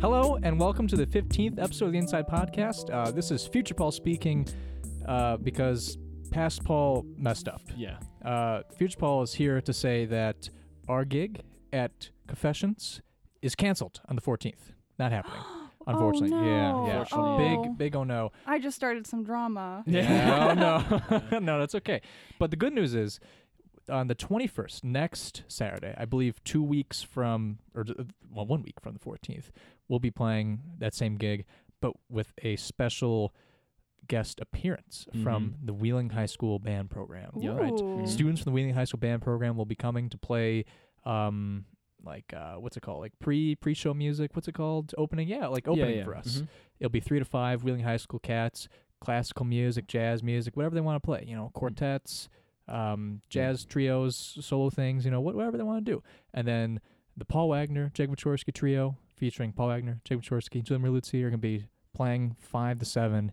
Hello, and welcome to the 15th episode of the Inside Podcast. Uh, this is Future Paul speaking uh, because past Paul messed up. Yeah. Uh, Future Paul is here to say that our gig at Confessions is canceled on the 14th. Not happening, unfortunately. Oh, no. Yeah, yeah. Unfortunately. Big, big oh no. I just started some drama. Yeah. Oh, no, no. no, that's okay. But the good news is on the 21st, next Saturday, I believe two weeks from, or uh, well, one week from the 14th, we'll be playing that same gig, but with a special guest appearance from the Wheeling High School band program. Yeah. Mm-hmm. Right. Ooh. Students from the Wheeling High School band program will be coming to play. Um, like uh, what's it called? Like pre pre show music. What's it called? Opening, yeah, Mm-hmm. like opening yeah. for us. Mhm. It'll be three to five Wheeling High School cats, classical music, jazz music, whatever they want to play. You know, quartets, um, jazz trios, solo things. You know, wha- whatever they want to do. And then the Paul Wagner, Jake Wachorski trio featuring Paul Wagner, Jake Wachorski, Jim Merluzzi are going to be playing five to seven,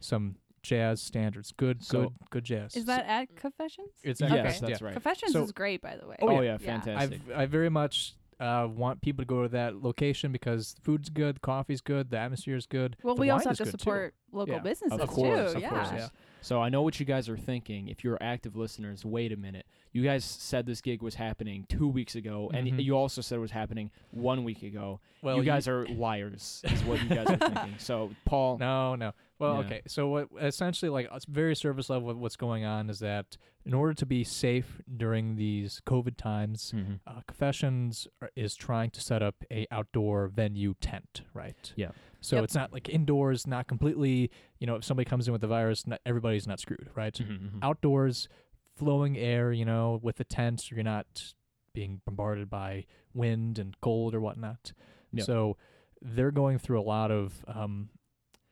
some jazz standards. Good, So- good, good jazz. Is that at Confessions? It's Okay. Yes, that's right. Confessions So- is great, by the way. Oh, yeah, fantastic. I I very much uh, want people to go to that location because food's good, the coffee's good, the atmosphere is good. Well, the we wine also have is to good, too. support local Yeah. businesses Of course, too. of yeah. course, yeah. So I know what you guys are thinking. If you're active listeners, wait a minute. You guys said this gig was happening two weeks ago, and Mhm. you also said it was happening one week ago. Well, you guys are liars, is what you guys are thinking. So Paul, No, no. Well, Yeah. okay. So what essentially like it's very service level what's going on is that in order to be safe during these COVID times, Mhm. uh, Confessions are, is trying to set up a outdoor venue tent, right? Yeah. So Yep. it's not like indoors, not completely, you know, if somebody comes in with the virus, not, everybody's not screwed, right? Mhm, mhm. Outdoors, flowing air, you know, with the tents, you're not being bombarded by wind and cold or whatnot. Yeah. So they're going through a lot of um,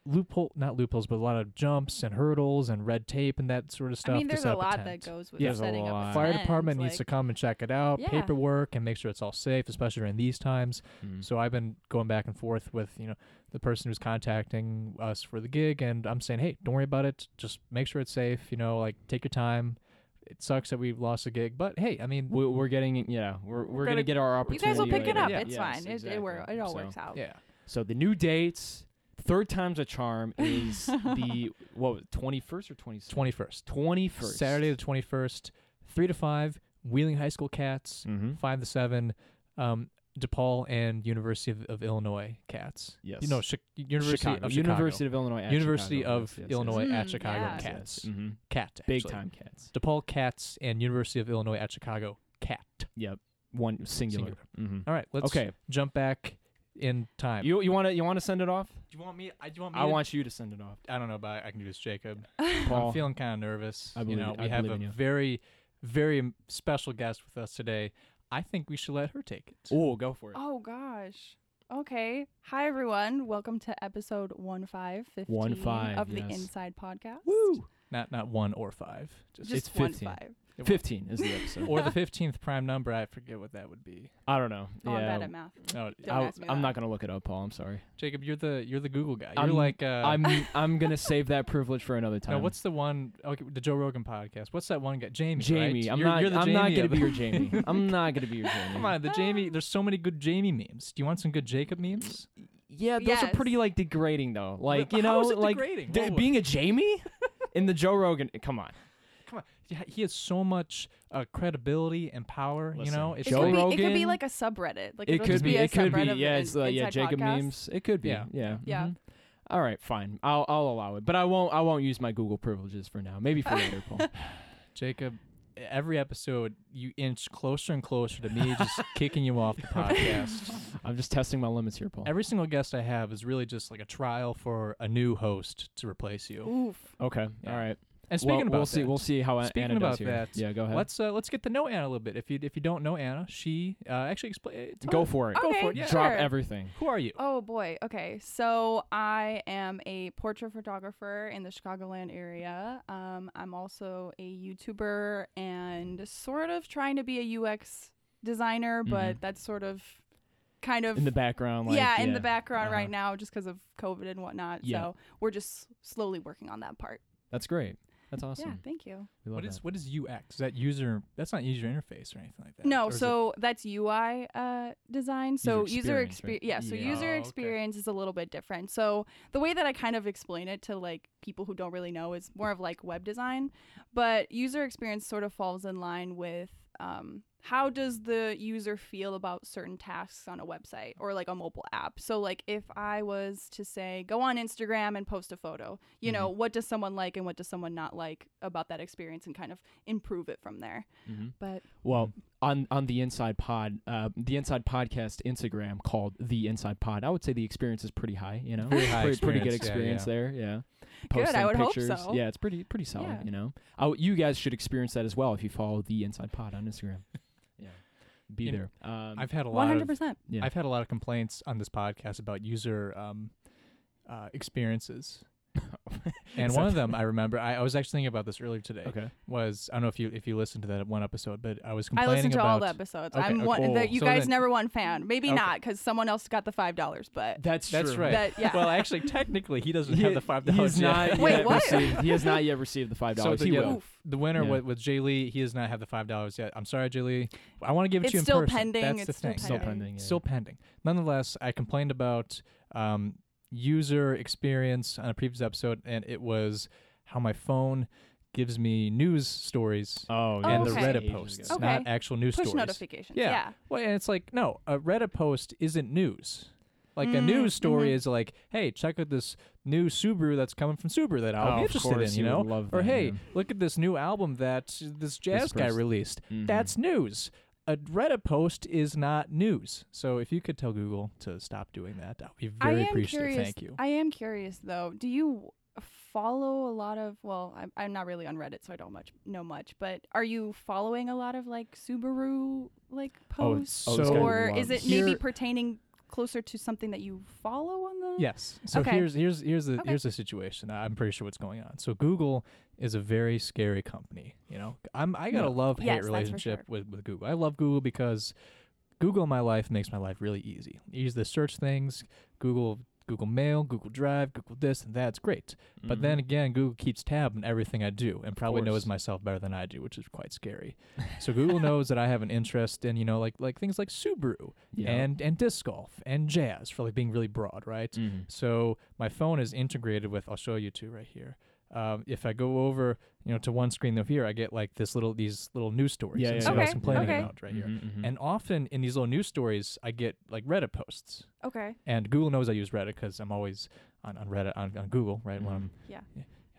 loophole, not loopholes, but a lot of jumps and hurdles and red tape and that sort of I stuff. to mean, there's set a up lot tent. that goes with Yeah. There's a setting up lot. a Fire tent, department needs like- to come and check it out, Yeah. paperwork, and make sure it's all safe, especially during these times. Mhm. Mm-hmm. So I've been going back and forth with you know the person who's contacting us for the gig, and I'm saying, hey, don't worry about it. Just make sure it's safe. You know, like take your time. It sucks that we lost the gig, but hey, I mean, we- we're getting yeah, we're we're, gonna, gonna- get our You opportunity. guys will pick it later. up. Yeah. It's Yes, fine. It, exactly. it, wor- it all So- works out. yeah, So the new dates, third time's a charm, is the what twenty first or twenty second? 21st, Twenty first. Saturday the 21st, three to five, Wheeling High School Cats, Mm-hmm. five to seven, um, DePaul and University of, of Illinois Cats. Yes. You know, Chi- University Chicago. of Chicago. University of Illinois. At University Chicago. of Yes, yes, yes. Illinois at Mm, Chicago yeah. Yes, Cats. yes. Mhm. Cat. Big actually. time cats. DePaul Cats and University of Illinois at Chicago Cat. One singular. Singular. Mhm. All right, let's Okay. jump back in time. You you want to you want to send it off? do you want me? I, do you want I want you to send it off, I don't know, but I can do this, Jacob. Paul. I'm feeling kind of nervous. I you believe know, it. I we have believe a in you. very, very m- special guest with us today. I think we should let her take it. oh, go for it. Oh gosh. Okay. Hi everyone. Welcome to episode one five fifteen One five, of the yes. Inside Podcast. Not not one or five, just, Just It's one 15. five. Fifteen is the episode. or the fifteenth prime number. I forget what that would be. I don't know. Oh, I'm yeah. bad at math. No, Don't I'll- ask me I'm that. not gonna look it up, Paul. I'm sorry. Jacob, you're the you're the Google guy. You're I'm- like uh, I'm I'm gonna save that privilege for another time. no. What's the one? Okay, the Joe Rogan podcast. What's that one guy? Jamie. Jamie? right? I'm You're- not. You're the I'm Jamie not gonna of be it. your Jamie. I'm not gonna be your Jamie. Come on, the Jamie. There's so many good Jamie memes. Do you want some good Jacob memes? Yeah, those are pretty Yes. like degrading though. Like you know, How is it like degrading? d- Whoa. being a Jamie in the Joe Rogan. Come on, Come on, Yeah, he has so much uh, credibility and power. Listen, you know, it's It Joe could, be, it could be Rogan. like a subreddit. Like it it'll could just be, a it could be. subreddit of the Yeah, it's in- uh, yeah, Inside Jacob podcast. memes. It could be. Yeah. Mm-hmm. Yeah, yeah. Yeah. mhm. All right, fine. I'll I'll allow it, but I won't I won't use my Google privileges for now. Maybe for later, Paul. Jacob. Every episode, you inch closer and closer to me, just kicking you off the podcast. I'm just testing my limits here, Paul. Every single guest I have is really just like a trial for a new host to replace you. Oof. okay. Yeah. All right. And speaking well, about we'll see that, we'll see how Anna Speaking does about here. that, Yeah, go ahead. let's uh, let's get to know Anna a little bit. If you if you don't know Anna, she uh, actually explain. go for it. Go Okay, for it, Oh, yeah. Drop sure. everything. Who are you? Oh boy. Okay. So I am a portrait photographer in the Chicagoland area. Um, I'm also a YouTuber and sort of trying to be a UX designer, but Mhm. that's sort of kind of In the background, like yeah, in the background uh-huh. right now just because of COVID and whatnot. Yeah. So we're just slowly working on that part. That's great. That's awesome. Yeah, thank you. We love What that. is what is UX? Is that user? That's not user interface or anything like that. No, Or is it- so that's UI uh, design. So user experience, experience, right? yeah. So Yeah. Oh, user okay. experience is a little bit different. So the way that I kind of explain it to like people who don't really know is more of like web design, but user experience sort of falls in line with um, how does the user feel about certain tasks on a website or like a mobile app. So like if I was to say go on Instagram and post a photo, you know Mm-hmm. what does someone like and what does someone not like about that experience and kind of improve it from there. Mm-hmm. Mhm. But Well, on on the Inside Pod, uh, the Inside Podcast Instagram called the Inside Pod. I would say the experience is pretty high. You know, Very high pretty, pretty good experience, experience yeah, there. Yeah. Good, I would hope pictures. so. Yeah, it's pretty pretty solid. Yeah. You know, I w you guys should experience that as well if you follow the Inside Pod on Instagram. yeah, be You know, there. Um, I've had a one lot hundred of percent. Yeah. I've had a lot of complaints on this podcast about user um, uh, experiences. and Is one that- of them I remember I, I was actually thinking about this earlier today okay. was I don't know if you if you listened to that one episode, but I was I complaining listened to about all the episodes. Okay, I'm okay. one. Oh. The, you So guys then- never one fan. Maybe Okay. not because someone else got the five dollars. But That's That's true. right. that yeah. Well, actually, technically, he doesn't He- have the five dollars He's not yet. Wait, yet what? received- he has not yet received the five So dollars. the, he yeah, will. the winner Yeah. with, with Jay Lee, he does not have the five dollars yet. I'm sorry, Jay Lee. I want to give it it's to you in still person. pending. That's it's the still thing. Still pending. pending. yeah. Still pending. Nonetheless, I complained about um, user experience on a previous episode, and it was how my phone gives me news stories Oh, Oh, yeah, and this the is okay. Reddit ages posts, ago. Okay. not actual news Push stories. notifications. Yeah. Yeah. Well, and it's like no, a Reddit post isn't news. Like a news Mm, story mhm. is like, hey, check out this new Subaru that's coming from Subaru that I'll Oh, be of interested in, course, you you know? would love or that, hey, yeah. look at this new album that this jazz guy person- released. Mhm. Mm-hmm. That's news. A Reddit post is not news. So if you could tell Google to stop doing that, that would be I very am appreciative. curious. Um, Thank you. I am curious though. Do you follow a lot of? Well, I'm, I'm not really on Reddit, so I don't much know much. But are you following a lot of like Subaru like Oh, posts, Oh, this so guy or is it loves- maybe Here- pertaining closer to something that you follow on the? Yes. So Okay. here's here's here's the Okay. here's the situation. I- I'm pretty sure what's going on. So Google is a very scary company. You know, I'm I got a Yeah. love hate Yes, that's for relationship sure. with with Google. I love Google because Google in my life makes my life really easy. You use the search things, Google Google Mail, Google Drive, Google this and that. It's great. Mm-hmm. But then Mhm. again, Google keeps tab on everything I do and probably knows course. myself better than I do, which is quite scary. so Google knows that I have an interest in, you know, like like things like Subaru Yeah. and and disc golf and jazz for like being really broad, right? Mhm. So my phone is integrated with. I'll show you two right here. Um, if I go over, you know, to one screen over here, I get like this little these little news stories. Yeah, and yeah, so I was Okay, complaining okay. about right here. Mhm, mhm. And often in these little news stories, I get like Reddit posts. Okay. And Google knows I use Reddit because I'm always on, on Reddit on, on Google, right? When I'm, Mhm.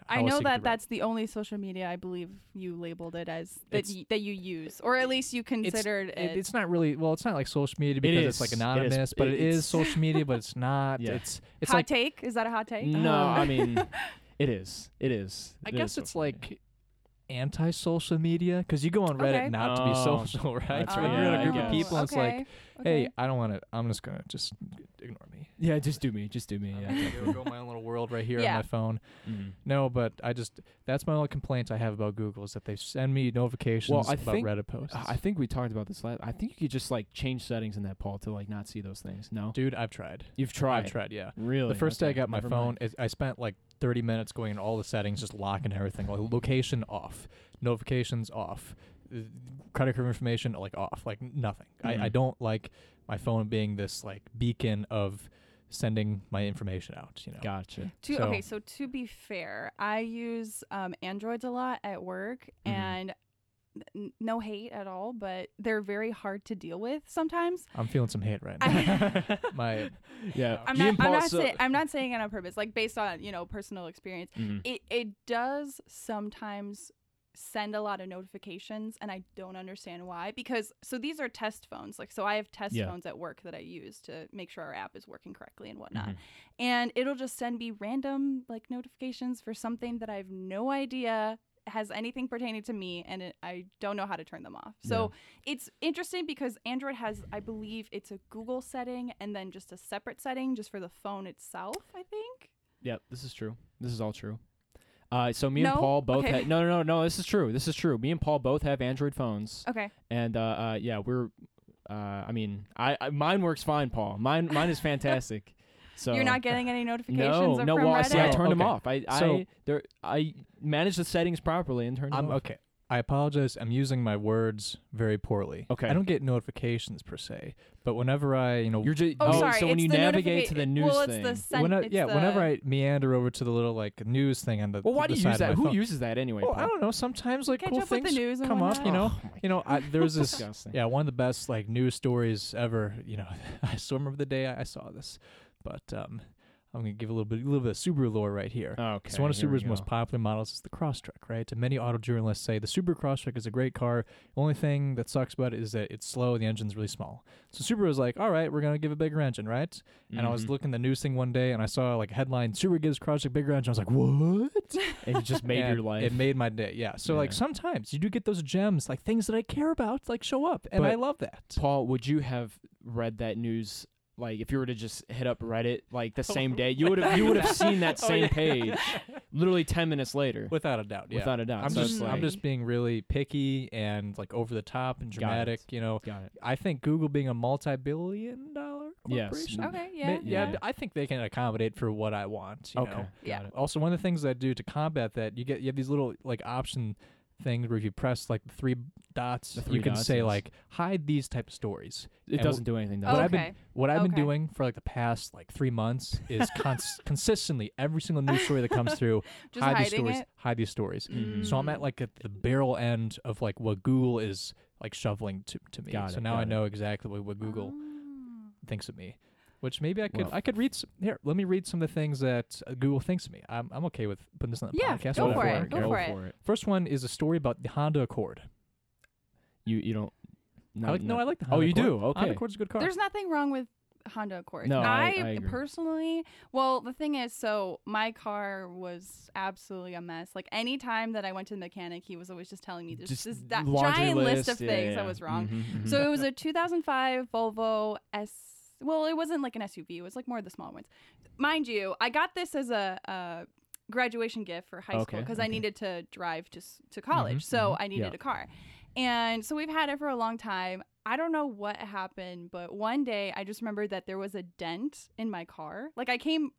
I how else know do you get that to Reddit? that's the only social media I believe you labeled it as that It's- y- that you use, or at least you considered it, it. it's not really well. It's not like social media because it's like is. It is. anonymous, but It- it is it's- social media, but it's not. Yeah. It's it's hot like take. Is that a hot take? Uh-huh. No, Um, I mean, it is. It is. I It guess is it's social media. like anti-social media because you go on Reddit Okay. not to be Oh, social, right? that's So right. If you're in Yeah, a I group of guess. people, and it's like, Uh, okay. hey, I don't want to. I'm just gonna just ignore me. yeah, just do me, just do me. Yeah. I'm gonna go in my own little world right here Yeah. on my phone. Mhm. No, but I just that's my only complaint I have about Google is that they send me notifications Well, I about think- Reddit posts. Uh, I I think we talked about this last. I think you could just like change settings in that Paul to like not see those things. No, Dude, I've tried. you've I've tried. tried. Yeah. Really, The first day I Okay, got my never phone, mind. it, I spent like 30 minutes going in all the settings, just locking everything. Like location off, notifications off, uh, credit card information like off, like nothing. I, I Mhm. don't like my phone being this like beacon of sending my information out. You know. Gotcha. To, so- Okay, so to be fair, I use um, androids a lot at work, Mhm. Mm-hmm. and n- no hate at all, but they're very hard to deal with sometimes. I'm feeling some hate right now. I- my yeah. I'm Me and not. I'm Paul not, so- say, I'm not saying it on purpose. Like based on you know personal experience. Mhm. it it does sometimes send a lot of notifications and I don't understand why because so these are test phones like so I have test Yeah. phones at work that I use to make sure our app is working correctly and whatnot and it'll just send me random like notifications for something that I have no idea has anything pertaining to me and it, I don't know how to turn them off. So it's interesting because Android has I believe it's a Google setting and then just a separate setting just for the phone itself, I think. Yep, this is true. This is all true. Uh, so me and No? Paul both. Okay. Ha- no, no, no, no. This is true. This is true. Me and Paul both have Android phones. Okay. and uh, uh yeah we're uh i mean I, I mine works fine paul mine mine is fantastic So You're not getting any no, notifications no. from Well, I- Reddit. see, I turned them Okay. off. I, So- I, there, I managed the settings properly and turned them I'm off. okay. I apologize. I'm using my words very poorly. Okay. I don't get notifications per se, but whenever I, you know, You're just oh, Oh, sorry. So when it's you the navigate to notifica- the news well, it's thing. the sen- when I- it's yeah, the- whenever I meander over to the little like news thing on the well, why the do you side use of that? my Who phone- uses that anyway? Oh, Paul? I don't know. Sometimes like Catch cool up with the things news and come up, you know. whatnot. Oh my You know, I, there was this Disgusting. yeah, one of the best like news stories ever. You know, I still remember the day I, I saw this, but um, I'm gonna give a little bit, a little bit of Subaru lore right here. Oh, Okay. So one of here we Subaru's most go. popular models is the Crosstrek, right? And many auto journalists say the Subaru Crosstrek is a great car. The only thing that sucks about it is that it's slow and the engine's really small. So Subaru was like, all right, we're going to give a bigger engine, right? And I was Mhm. looking the news thing one day and I saw like a headline, Subaru gives Crosstrek bigger engine. I was like, what? and it just made your And life. It made my day. Yeah. So like Yeah. sometimes you do get those gems, like things that I care about, like show up. And I But- love that. Paul, would you have read that news? Like, if you were to just hit up Reddit like the same day, you would have you would have seen that Oh, same yeah. page, literally ten minutes later, Without a doubt. Yeah. without a doubt. I'm So just it's like, I'm just being really picky and like over the top and Got it. dramatic, you know. got it. I think Google being a multi-billion dollar Yes. corporation. Okay. ma- Yeah. Yeah. I think they can accommodate for what I want, you okay, know. Yeah. got it. Also, one of the things that I do to combat that, you get you have these little like option things where if you press like the three dots, The three you can dots, say yes. like hide these type of stories. It And doesn't do anything. Does what it? I've been- okay. What I've Okay. been doing for like the past like 3 months is cons- consistently every single news story that comes through, Just hide these hiding stories, it. Mm. hide these stories. Mhm. So I'm at like at the barrel end of like what Google is like shoveling to, to me. Got so it, now I got it. know exactly what, what Google Oh. thinks of me, which maybe I could Well- I could read some here. Let me read some of the things that uh, Google thinks of me. I'm I'm okay with putting this on the Yeah, podcast. go whatever. for it, go Yeah. for it. First one is a story about the Honda Accord. You you don't. I not- like, no, not- I like the Oh, Honda you Accord. do? Honda Okay. Accord's a good car. There's nothing wrong with Honda Accord. No, I- I agree. personally, well, the thing is, so my car was absolutely a mess. Like any time that I went to the mechanic, he was always just telling me this, Just this that laundry giant list, of yeah, things yeah. that was wrong. Mhm, mhm. So it was a 2005 Volvo S. Well, it wasn't like an SUV. It was like more of the small ones, mind you. I got this as a. Uh, graduation gift for high school Okay, because I okay. Mm-hmm, needed to drive to s- to college, so I needed yeah. a car, and so we've had it for a long time. I don't know what happened, but one day I just remembered that there was a dent in my car. Like I came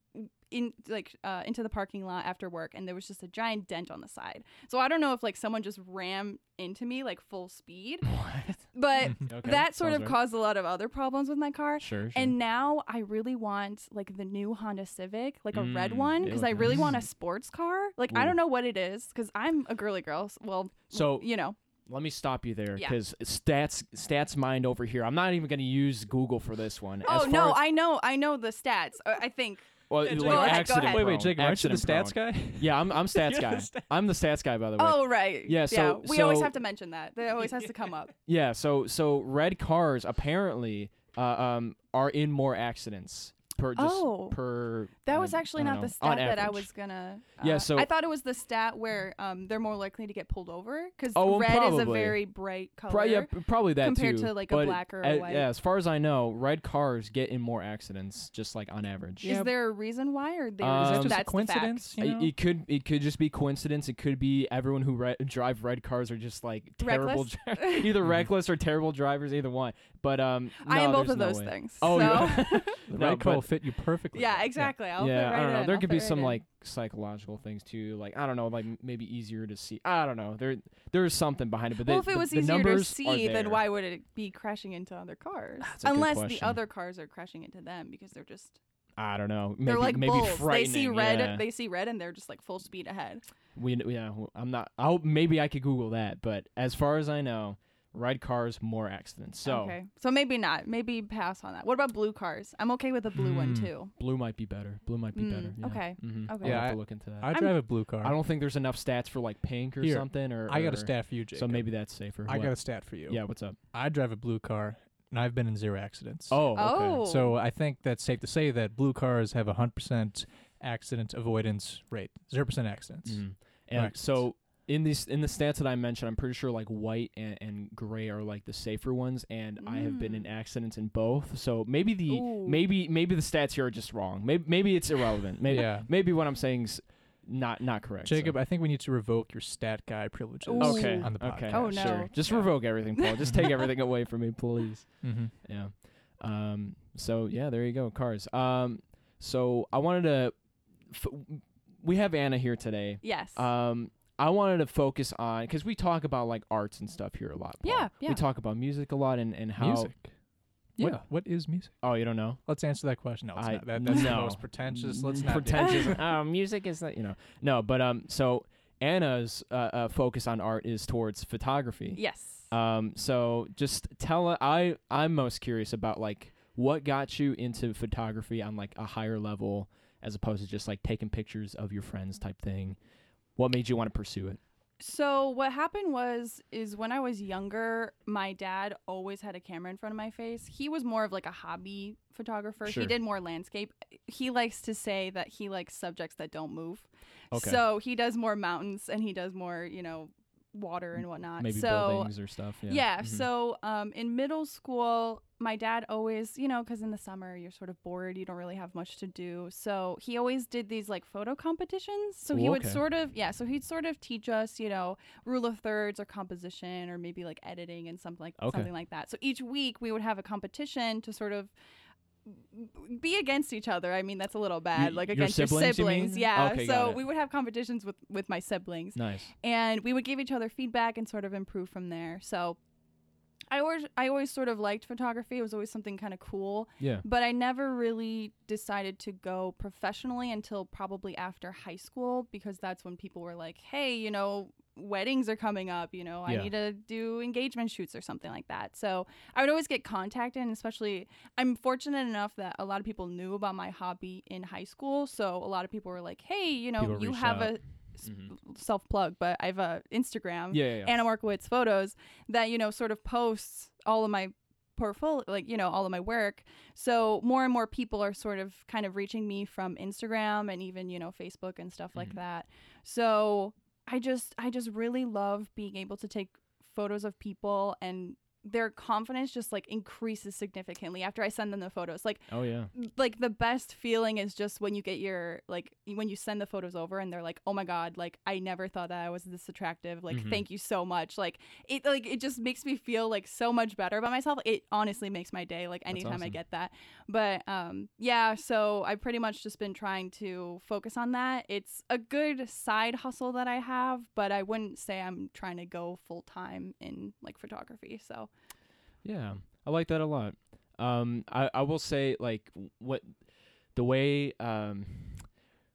in like uh, into the parking lot after work, and there was just a giant dent on the side. So I don't know if like someone just rammed into me like full speed, Hmm. but Okay, that sort sounds of right. caused a lot of other problems with my car. Sure, sure. And now I really want like the new Honda Civic, like a red Mm, one, they because look I really nice. want a sports car. Like I Ooh. Oh, don't know what it is, because I'm a girly girl. s- Well, So- you know, Let me stop you there Yeah. because stats stats mind over here. I'm not even going to use Google for this one. oh As far no, as- I know, I know the stats. uh, I think well, Yeah, like Jacob, go ahead, go accident ahead. wait, wait, prone, Jake, aren't you the accident stats prone. guy? Yeah, I'm I'm stats You're guy. the stat- I'm the stats guy by the way. Oh right. Yeah, so- we always so- have to mention that. That always has to come up. Yeah, so so red cars apparently uh, um are in more accidents per just Oh. per That I- was actually I don't not the know, on stat that I average. was gonna. Uh, Yeah, so- I thought it was the stat where um, they're more likely to get pulled over because Oh, well, red is a probably. very bright color. Pro- yeah, p- probably that compared too. to, like, a but black or a a- white. Yeah, as far as I know, red cars get in more accidents just like on average. Is there a reason why, or there Um, is Is that just just a that's the fact? coincidence? You I- know? It could it could just be coincidence. It could be everyone who re- drive red cars are just like terrible, Reckless? dri- either reckless or terrible drivers, either one. But um, I am no, both there's of no those way. things. Oh, so. you- The No, red car but- will fit you perfectly. yeah, exactly. I'll fit yeah, right I don't know. in. There I'll could be fit right some in. like psychological things too. Like I don't know, like m- maybe easier to see. I don't know. There there's something behind it, but the, Well, if it the- was the easier to numbers are see, then there. why would it be crashing into other cars? That's a good Unless the question. other cars are crashing into them because they're just I don't know. Maybe, they're like maybe bulls. They frightening. see red. Yeah. They see red, and they're just like full speed ahead. We kn- yeah, w- I'm not. I will maybe I could Google that, but as far as I know, red cars more accidents. So okay, so maybe not. Maybe pass on that. What about blue cars? I'm okay with a blue one Hmm. too. blue might be better. Blue might be Mm, better. yeah. okay, Mhm. okay. I'll Yeah, have I- to look into that. I I'm- drive a blue I car. don't think there's enough stats for like pink or Here, something. Or I got a or- stat for you, Jake. So maybe that's safer. I What? got a stat for you. Yeah, what's up? I drive a blue car, and I've been in zero accidents. Oh, okay. Oh, So I think that's safe to say that blue cars have a 100% accident avoidance rate, 0% accidents. Mm. And Right. so in these in the stats that I mentioned, I'm pretty sure like white and, and gray are like the safer ones, and I have been in accidents in both. So maybe the Mm. Ooh. maybe maybe the stats here are just wrong. Maybe maybe it's irrelevant. Maybe Yeah. maybe what I'm saying's not not correct. so- Jacob, I think we need to revoke your stat guy privileges Ooh. Okay. on the podcast. Okay. Oh, no. Sure. Just revoke everything, Paul. Just take everything away from me, please. Mm-hmm. Yeah. Um. So yeah, there you go. Cars. Um. So I wanted to. F- we have Anna here today. Yes. Um, I wanted to focus on because we talk about like arts and stuff here a lot. Paul. Yeah, yeah. We talk about music a lot and and how. music. What- Yeah. what is music? Oh, you don't know. Let's answer that question. No, it's I- not. That, that's the no. most pretentious. Let's not do that. pretentious. uh, music is that you know. No, but um. So Anna's uh, uh focus on art is towards photography. yes. Um, so just tell I I'm most curious about like what got you into photography on like a higher level as opposed to just like taking pictures of your friends type thing. What made you want to pursue it? So what happened was is when I was younger, my dad always had a camera in front of my face. He was more of like a hobby photographer. Sure. He did more landscape. He likes to say that he likes subjects that don't move. Okay. So he does more mountains and he does more, you know, water and whatnot. Maybe Uh, so buildings or stuff. Yeah. yeah, Mhm. so um, in middle school, my dad always, you know, because in the summer you're sort of bored, you don't really have much to do. So he always did these like photo competitions. So he Ooh, would okay. sort of, yeah, so he'd sort of teach us, you know, rule of thirds or composition or maybe like editing and something like Okay. something like that. So each week we would have a competition to sort of be against each other. I mean, that's a little bad, Y- like your against your siblings, you mean? siblings. Yeah. Okay, got so it. we would have competitions with with my siblings nice. and we would give each other feedback and sort of improve from there. So I always I always sort of liked photography. It was always something kind of cool, Yeah. but I never really decided to go professionally until probably after high school because that's when people were like, "Hey, you know, weddings are coming up, you know, Yeah. I need to do engagement shoots or something like that." So, I would always get contacted, and especially I'm fortunate enough that a lot of people knew about my hobby in high school, so a lot of people were like, "Hey, you know, People you reached have out. a self plug, but I have a Instagram, Mm-hmm. Yeah. yeah, yeah. Anna Markowitz photos that you know sort of posts all of my portfolio, like you know all of my work. So more and more people are sort of kind of reaching me from Instagram and even you know Facebook and stuff Mhm. like that. So I just I just really love being able to take photos of people and their confidence just like increases significantly after I send them the photos. Like oh yeah. like the best feeling is just when you get your like when you send the photos over and they're like oh my god like i never thought that i was this attractive like Mhm. thank you so much like it like it just makes me feel like so much better about myself it honestly makes my day like anytime i awesome. get that but um yeah so i've pretty much just been trying to focus on that it's a good side hustle that i have but i wouldn't say i'm trying to go full time in like photography so Yeah, I like that a lot. Um, I, I will say like w- what the way um,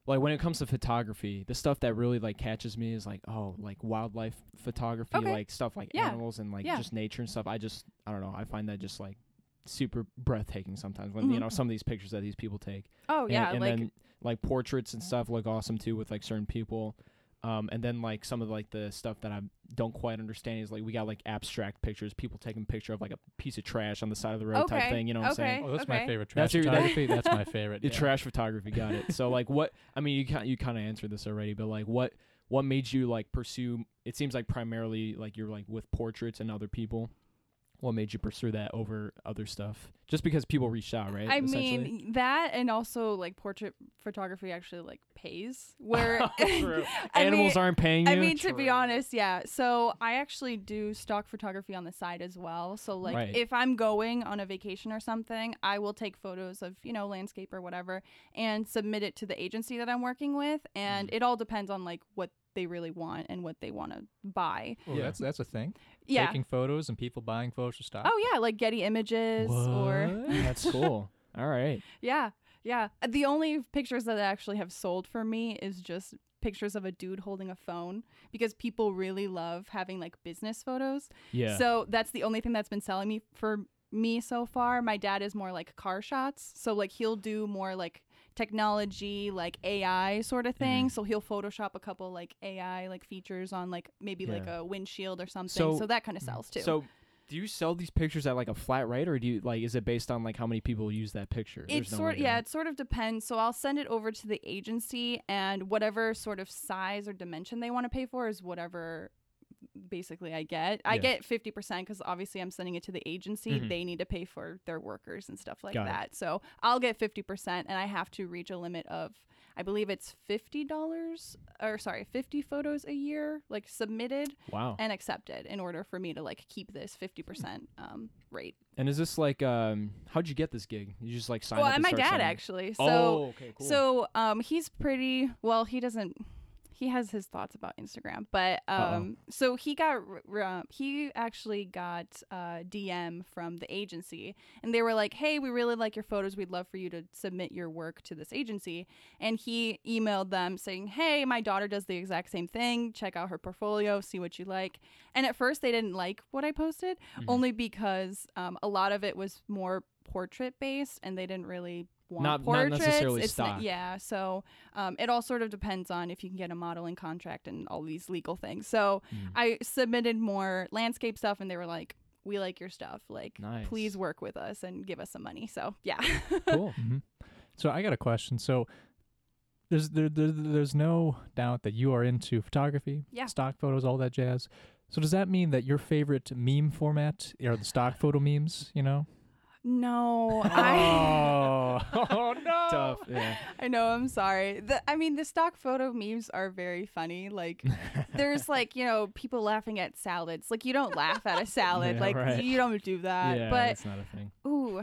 like when it comes to photography, the stuff that really like catches me is like oh like wildlife photography, Okay. like stuff like Yeah. animals and like Yeah. just nature and stuff. I just I don't know. I find that just like super breathtaking sometimes when you Mhm. know some of these pictures that these people take. oh And- yeah and, like then like portraits and stuff look awesome too with like certain people. Um, and then like some of like the stuff that I don't quite understand is like we got like abstract pictures, people taking picture of like a piece of trash on the side of the road type Okay, thing. You know what I'm saying? okay. Oh, that's my favorite. Trash That's your- that- photography. that's my favorite. The yeah. trash photography got it. So like what? I mean, you kind you kind of answered this already, but like what what made you like pursue? It seems like primarily like you're like with portraits and other people. What made you pursue that over other stuff? Just because people reached out, right? I e-, essentially? mean that, and also like portrait photography actually like pays. Where Oh, True. I animals mean- aren't paying you. I mean, to be True. honest, yeah. So I actually do stock photography on the side as well. So like, Right. if I'm going on a vacation or something, I will take photos of you know landscape or whatever and submit it to the agency that I'm working with, and Mm. it all depends on like what they really want and what they want to buy. Oh, Yeah. that's that's a thing. Yeah. Taking photos and people buying photos for stock. Oh yeah, like Getty Images or That's cool. All right. Yeah, yeah. Uh, The only pictures that actually have sold for me is just pictures of a dude holding a phone because people really love having like business photos. Yeah. So that's the only thing that's been selling me for me so far. My dad is more like car shots. So like he'll do more like technology like AI sort of thing. Mm-hmm. So he'll photoshop a couple like AI like features on like maybe like Yeah. a windshield or something. So- Mm-hmm. So, that kind of sells too. So, do you sell these pictures at like a flat rate, or do you like is it based on like how many people use that picture? It sort yeah, it sort of depends. So I'll send it over to the agency, and whatever sort of size or dimension they want to pay for is whatever. Basically, I get I Yeah. get fifty percent because obviously I'm sending it to the agency. Mhm. They need to pay for their workers and stuff like Got it. that. So I'll get fifty percent, and I have to reach a limit of I believe it's fifty dollars or sorry, fifty photos a year, like submitted Wow. and accepted in order for me to like keep this fifty percent um rate. And is this like um? How'd you get this gig? You just like sign well, up. and my start dad sending- actually. So oh, okay, cool. So um, he's pretty well. He doesn't. He has his thoughts about Instagram, but Uh-oh. um, so he got r- r- uh, he actually got uh, DM from the agency, and they were like, "Hey, we really like your photos. We'd love for you to submit your work to this agency." And he emailed them saying, "Hey, my daughter does the exact same thing. Check out her portfolio. See what you like." And at first, they didn't like what I posted, Mhm. only because um, a lot of it was more portrait based, and they didn't really want Not- not portraits. necessarily it's not- stock. yeah, so um, it all sort of depends on if you can get a modeling contract and all these legal things. So Mm. I submitted more landscape stuff, and they were like, "We like your stuff. Like, Nice. please work with us and give us some money." So yeah, cool. hmm So I got a question. So there's there, there there's no doubt that you are into photography, Yeah. stock photos, all that jazz. So does that mean that your favorite meme format are the stock photo memes? You know? no, I. oh, oh no! Tough. Yeah. I know. I'm sorry. The, I mean, the stock photo memes are very funny. Like, there's like you know people laughing at salads. Like, you don't laugh at a salad. Yeah, like, right. you don't do that. yeah. but that's not a thing. ooh,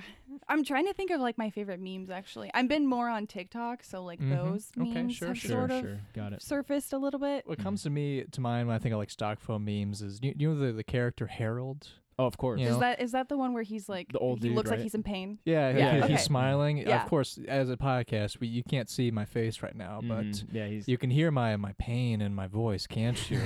I'm trying to think of like my favorite memes. Actually, I've been more on TikTok, so like Mhm. those Okay, memes sure, have Mm-hmm. Sure. sort of Sure. Got it. surfaced a little bit. What Mhm. comes to me to mind when I think of like stock photo memes is you, you know the, the character Harold. Oh, of course. You know? Is that is that the one where he's like The old he dude, looks like right? he's in pain? Yeah, Yeah. he's Okay. smiling. Yeah. Of course, as a podcast, we you can't see my face right now, but Mhm. yeah, he's. you can hear my my pain in my voice, can't you?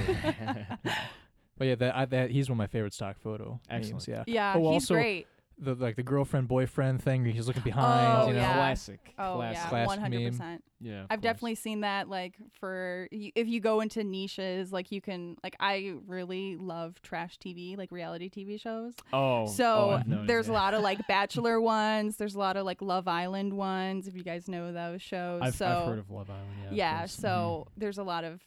But yeah, that I, that he's one of my favorite stock photo. Excellent. Memes, yeah, Yeah, Oh, he's also- great. the like the girlfriend boyfriend thing. Where he's looking behind. Oh, you know? yeah. Classic. Oh classic. Classic yeah, meme. one hundred percent. Yeah. of I've course. definitely seen that. Like for y- if you go into niches, like you can like I really love trash TV, like reality TV shows. Oh. oh, So I've noticed there's that. a lot of like Bachelor ones. There's a lot of like Love Island ones. If you guys know those shows, I've, so I've heard of Love Island. Yeah. of yeah. course. Mm-hmm. So there's a lot of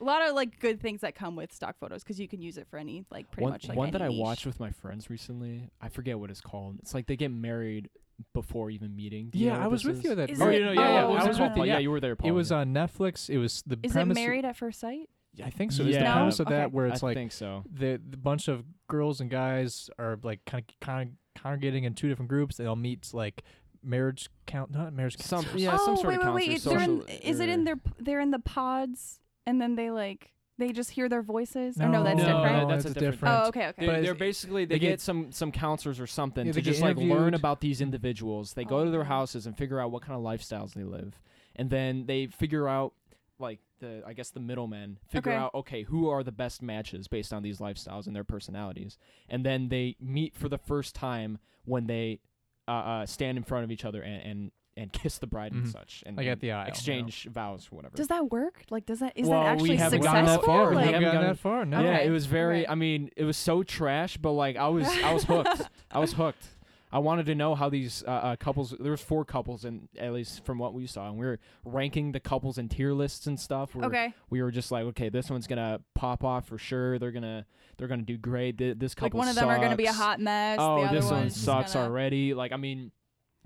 a lot of like good things that come with stock photos because you can use it for any like pretty one, much like one any that I niche. watched with my friends recently. I forget what it's called. It's like they get married before even meeting. Do you Yeah, know I what was this with you is? at that. Is oh, it- yeah, yeah, yeah, oh, I okay. was with you. Paul. Yeah, you were there. Paul. it was uh, on Netflix. It was the Is it premise. Married at First Sight? I think so. It's the Yeah. premise of Okay. that where it's I like think so. the, the bunch of girls and guys are like kind of kind of congregating in two different groups. They'll meet like marriage count, not marriage. Some counselors. yeah, some oh sort wait, of wait, counselor, wait! They're in, social- is it or- in their they're in the pods and then they like they just hear their voices? or Oh, no, that's No, different. that- that's a different- oh, okay, okay. They, But it's- they're basically they, they get, get- some some counselors or something Yeah, to they get just like learn interviewed. about these individuals. They go to Oh. their houses and figure out what kind of lifestyles they live, and then they figure out like the I guess the middlemen figure Okay. out okay who are the best matches based on these lifestyles and their personalities, and then they meet for the first time when they uh, uh, stand in front of each other and and, and kiss the bride Mhm. and such, and, Like at and the aisle, you know. exchange vows or whatever. Does that work? Like, does that is Well, we that actually haven't successful? gotten that far. We Like- um, haven't haven't gotten gotten- that far. No. Okay. Yeah, it was very. okay. I mean, it was so trash, but like I was, I was hooked. I was hooked. I wanted to know how these uh, uh, couples. There was four couples, and at least from what we saw, and we were ranking the couples in tier lists and stuff. We were, okay, We were just like, okay, this one's gonna pop off for sure. They're gonna, they're gonna do great. Th- this like couple. one of them are going to be a sucks. hot mess. Oh, the other this one one's just sucks gonna- already. Like, I mean,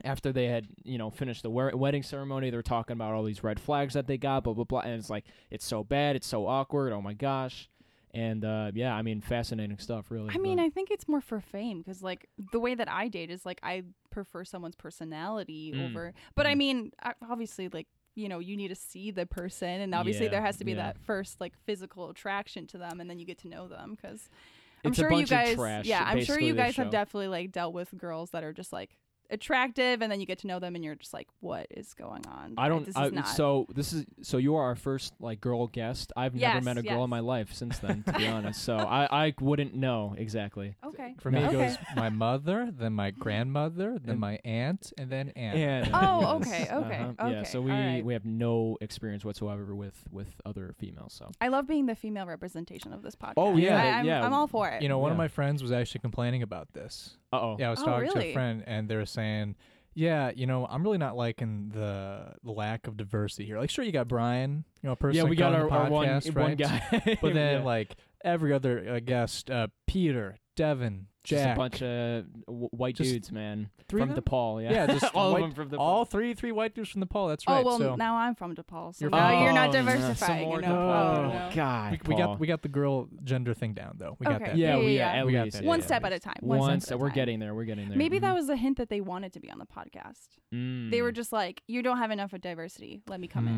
after they had, you know, finished the wer- wedding ceremony, they're talking about all these red flags that they got, blah, blah, blah. And it's like, it's so bad. It's so awkward. Oh my gosh. And uh, yeah, I mean, fascinating stuff, really. I mean, but- I think it's more for fame because, like, the way that I date is like I prefer someone's personality Mm. over. But I Mm. mean, o- obviously, like you know, you need to see the person, and obviously Yeah, there has to be yeah. that first like physical attraction to them, and then you get to know them because I'm it's sure a bunch you guys, of trash. yeah, I'm sure basically, you this guys have show. definitely like dealt with girls that are just like attractive, and then you get to know them, and you're just like, what is going on? I Like, don't. This is I, not. So this is. So you are our first like girl guest. I've never Yes, met a girl yes. in my life since then, to be honest. So I, I wouldn't know exactly. okay. For me, No. it Okay. goes my mother, then my grandmother, then And- my aunt, and then aunt. And uh, Uh-huh. Oh, okay, okay, Yeah, okay, so we alright. we have no experience whatsoever with with other females. So I love being the female representation of this podcast. Oh, yeah, I, I'm, yeah. I'm all for it. You know, one of Yeah. my friends was actually complaining about this. uh oh. Yeah, I was Oh, talking to really? a friend, and they were saying, "Yeah, you know, I'm really not liking the the lack of diversity here. Like, sure, you got Brian, you know, a person. Yeah, we got coming our, to our one, podcast, one right? guy. but then Yeah. like every other uh, guest, uh, Peter, Devin, Just Jack, a bunch of w- white Just dudes, man. three from of them? DePaul, yeah. Yeah, just all white- of them from DePaul. all three, three white dudes from Nepal. That's right. oh well, so now I'm from DePaul, so You're now from- you're not Oh, no. Some diversifying. more you know? DePaul. Oh, Oh, no. God, we, we Paul. got we got the girl gender thing down though. We got Okay. that. yeah, Yeah, we yeah, at we got least that. yeah, One yeah, step yeah. at a time. One, One step. step. At a We're time. getting there. We're getting there. Maybe that Mm-hmm. Mhm. was a hint that they wanted to be on the podcast. They were Mm. just like, "You don't have enough of diversity. Let me come in."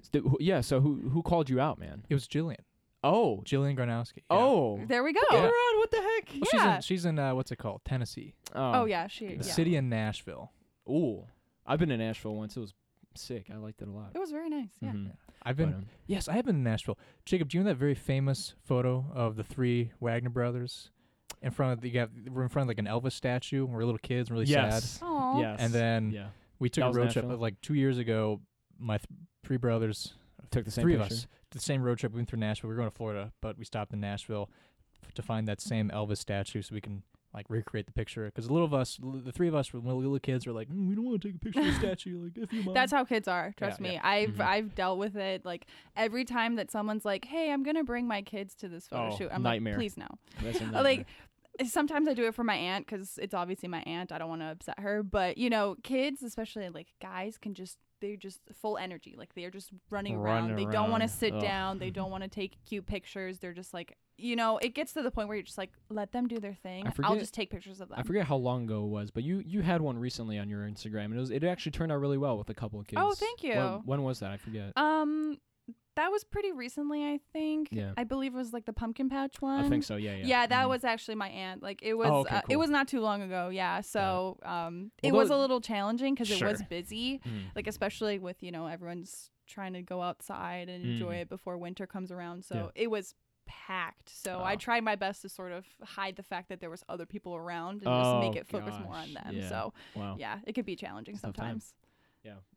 Mm, Th- who- yeah. So who who called you out, man? it was Jillian. Oh, Jillian Garnowski. Mm. yeah. oh, There we go. Get her on, What the heck? Well, Yeah. She's in she's in uh, what's it called? Tennessee. Oh yeah, she. The Yeah. city in Nashville. Ooh, I've been to Nashville once. It was sick. I liked it a lot. It was very nice. Yeah. Mhm. I've But, been um, Yes, I have been to Nashville. Jacob, do you know that very famous photo of the three Wagner brothers in front of the, you have we're in front of like an Elvis statue when we were little kids and really sad. yes. Aw. Yes. And then yeah, we took That a was road trip Nashville? uh, like two years ago. My th- three brothers, took the same three of picture. us, did the same road trip. We went through Nashville. We were going to Florida, but we stopped in Nashville f- to find that same Elvis statue so we can like recreate the picture. Because the little of us, l- the three of us, when we were little kids, were like, "Mm, we don't want to take a picture of the statue. Like, if you mom. That's how kids are. Trust Yeah, Mm-hmm. me. I've Mhm. I've dealt with it. Like every time that someone's like, "Hey, I'm gonna bring my kids to this photo Oh, shoot," I'm nightmare. like, "Please no." That's a Like nightmare. sometimes I do it for my aunt because it's obviously my aunt. I don't want to upset her, but you know, kids, especially like guys, can just they're just full energy. Like they're just running around. Running They don't want to around. sit Ugh. down. They don't want to take cute pictures. They're just like. You know, it gets to the point where you're just like, let them do their thing. I I'll forget- just take pictures of them. I forget how long ago it was, but you you had one recently on your Instagram, and it was it actually turned out really well with a couple of kids. Oh, thank When- you. When, was that? I forget. Um, that was pretty recently, I think. Yeah. I believe it was like the pumpkin patch one. I think so. Yeah, yeah. Um, Yeah, that Mhm. was actually my aunt. Like it was, okay, uh, it cool. was not too long ago. Yeah, so um, it Well, was tho- a little challenging because it was Sure. busy. Mm. Like especially with you know everyone's trying to go outside and enjoy Mm. it before winter comes around. So Yeah. it was packed. So I Oh. tried my best to sort of hide the fact that there was other people around and Oh, just make it focus more on gosh, them. yeah. So Wow, yeah, it could be challenging It's a tough time. sometimes.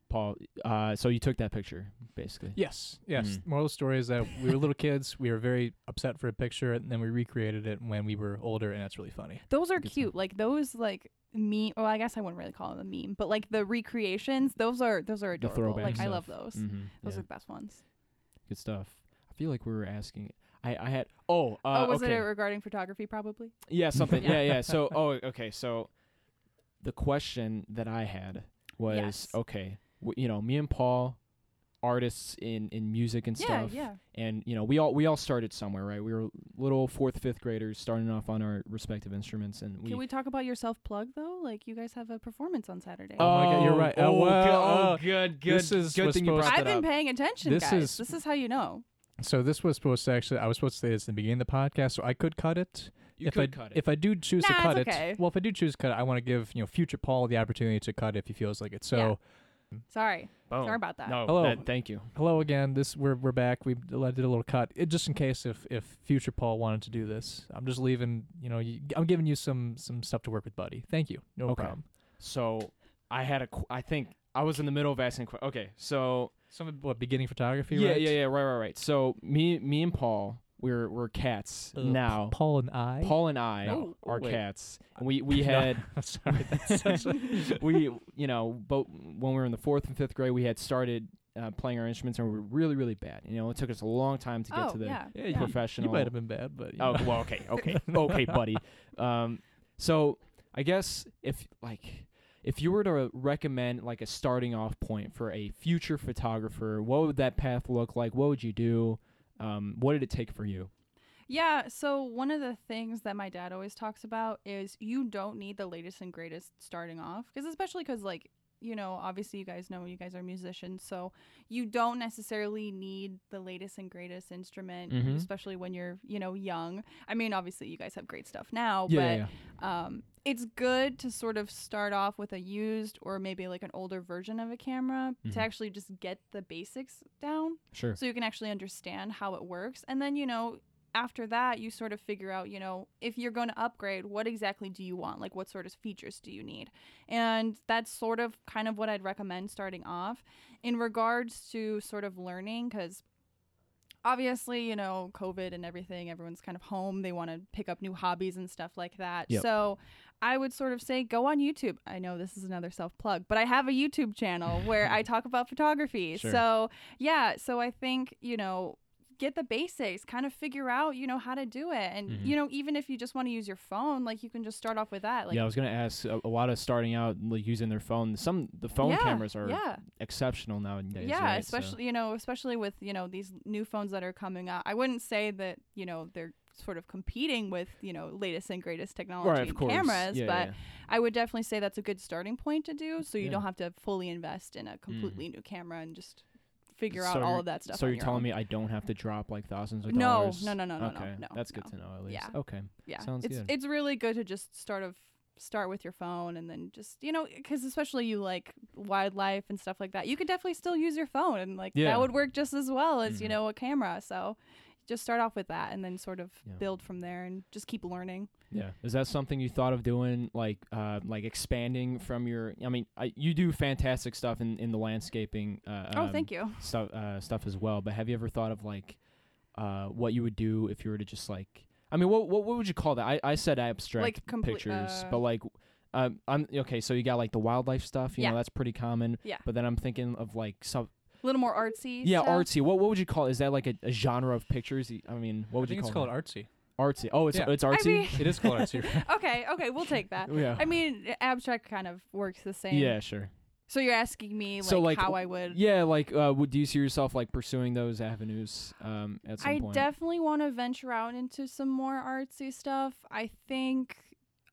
Paul. Uh, so you took that picture basically. Yes, yes. Mm. Moral of the story is that we were little kids. We were very upset for a picture, and then we recreated it when we were older, and that's really funny. Those are Good stuff. cute. Like those like meme well, I guess I wouldn't really call them a meme, but like the recreations, those are those are The adorable. Like throwbacks I of- love those. Mhm, Those yeah. are the best ones. Good stuff. I feel like we were asking. I I had. Oh, uh, oh, was okay. it regarding photography probably? Yeah, something. Yeah. yeah, yeah. So, oh, okay. So, the question that I had was, Yes. okay, w- you know, me and Paul, artists in in music and Yeah, stuff, yeah. and you know, we all we all started somewhere, right? We were little fourth, fifth graders starting off on our respective instruments, and we. Can we talk about your self plug though? Like you guys have a performance on Saturday. Oh my God, you're right. Oh, go- well, oh, uh, good, good. this is- good was thing you supposed- brought I've that been up. paying attention, This guys. is- this is how you know. So this was supposed to actually. I was supposed to say this in the beginning of the podcast, so I could cut it. You if could I cut it. if I do choose to Nah, cut it's okay. it, well, if I do choose to cut it, I want to give you know future Paul the opportunity to cut if he feels like it. So Yeah. Sorry. Boom. Sorry about that. Oh, No, Hello. that- thank you. hello again. This we're we're back. We did a little cut it, just in case if if future Paul wanted to do this. I'm just leaving. You know, you, I'm giving you some some stuff to work with, buddy. Thank you. No Okay. problem. So, I had a. qu- I think I was in the middle of asking. que- Okay, so Some of what beginning photography. yeah, right? yeah, yeah, right, right, right. So me, me and Paul, we're we're cats Uh, P- now. Paul and I. Paul and I No. are Wait. cats, and we we No, had I'm sorry. That's such a, we you know, but when we were in the fourth and fifth grade, we had started uh, playing our instruments, and we were really really bad. You know, it took us a long time to get oh to the yeah. Yeah, you- professional. You might have been bad, but you Oh know. well, okay, okay, okay, buddy. Um, so I guess if like if you were to recommend like a starting off point for a future photographer, what would that path look like? What would you do? Um, what did it take for you? Yeah, so one of the things that my dad always talks about is you don't need the latest and greatest starting off because especially cuz like, you know, obviously you guys know you guys are musicians, so you don't necessarily need the latest and greatest instrument, Mhm. especially when you're, you know, young. I mean, obviously you guys have great stuff now, yeah, but yeah, um, it's good to sort of start off with a used or maybe like an older version of a camera Mhm. to actually just get the basics down sure. so you can actually understand how it works and then you know after that you sort of figure out you know if you're going to upgrade what exactly do you want like what sort of features do you need and that's sort of kind of what i'd recommend starting off in regards to sort of learning because obviously you know covid and everything everyone's kind of home they want to pick up new hobbies and stuff like that Yep. so i would sort of say go on youtube i know this is another self plug but i have a youtube channel where i talk about photography Sure. so yeah so i think you know get the basics, kind of figure out, you know, how to do it. And Mhm. you know, even if you just want to use your phone, like you can just start off with that. Like yeah, I was gonna ask a, a lot of starting out like using their phone. Some the phone Yeah, cameras are Yeah. exceptional nowadays. yeah, right? So- especially you know, especially with, you know, these new phones that are coming out. I wouldn't say that, you know, they're sort of competing with, you know, latest and greatest technology right, of and course. cameras, yeah, but yeah. I would definitely say that's a good starting point to do so you Yeah. Mm. don't have to fully invest in a completely new camera and just figure So out all you're- of that stuff. so on you're your telling own. me I don't have to drop like thousands of No, dollars? no, no, no, no, no, Okay, no, that's good no. to know at least. Yeah. Okay. yeah Sounds it's good. it's really good to just start of start with your phone and then just you know because especially you like wildlife and stuff like that you could definitely still use your phone and like Yeah. that would work just as well as you Mhm. know a camera so just start off with that and then sort of Yeah. build from there and just keep learning Yeah. Is that something you thought of doing, like, uh, like expanding from your? I mean, I, you do fantastic stuff in, in the landscaping. Uh, oh thank you Stuff, uh, stuff as well. But have you ever thought of like, uh, what you would do if you were to just like? I mean, what what, what would you call that? I, I said abstract Like comple- pictures, uh, but like, um, I'm okay. So you got like the wildlife stuff. You Yeah. know, that's pretty common. Yeah. But then I'm thinking of like some. a little more artsy Yeah, stuff. artsy. What what would you call? Is that like a, a genre of pictures? I mean, I what would think you it's call called artsy. artsy? Oh, it's Yeah. it's I artsy. mean- It is called artsy. okay okay we'll take that yeah. i mean abstract kind of works the same Yeah, sure. so you're asking me like, So, like, how i would Yeah, like, uh, would do you see yourself like pursuing those avenues um, at some I point? definitely want to venture out into some more artsy stuff. I think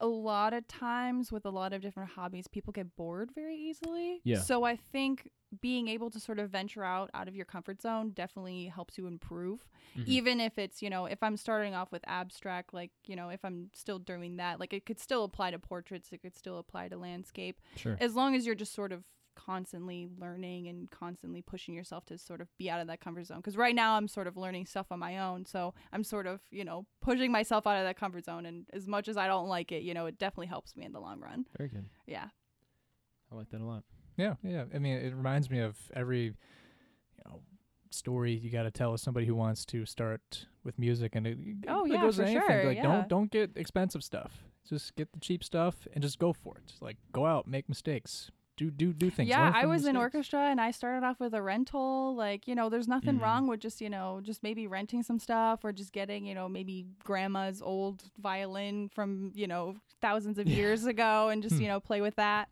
a lot of times with a lot of different hobbies, people get bored very easily. Yeah. So I think being able to sort of venture out out of your comfort zone definitely helps you improve. Mhm. Even if it's, you know, if I'm starting off with abstract, like, you know, if I'm still doing that, like it could still apply to portraits, it could still apply to landscape sure. as long as you're just sort of constantly learning and constantly pushing yourself to sort of be out of that comfort zone because right now i'm sort of learning stuff on my own so i'm sort of you know pushing myself out of that comfort zone and as much as i don't like it you know it definitely helps me in the long run Very good. yeah I like that a lot. Yeah, yeah. I mean, it reminds me of every, you know, story you got to tell as somebody who wants to start with music, and it, it Oh, really yeah, goes for to anything. sure, Like, yeah. don't don't get expensive stuff. Just get the cheap stuff and just go for it. Like, go out, make mistakes, do do do things. Yeah, Learn I from was in mistakes. orchestra and I started off with a rental. Like, you know, there's nothing Mm-hmm. Mhm. wrong with just, you know, just maybe renting some stuff or just getting, you know, maybe grandma's old violin from, you know, thousands of Yeah. years ago and just, Hmm. you know, play with that.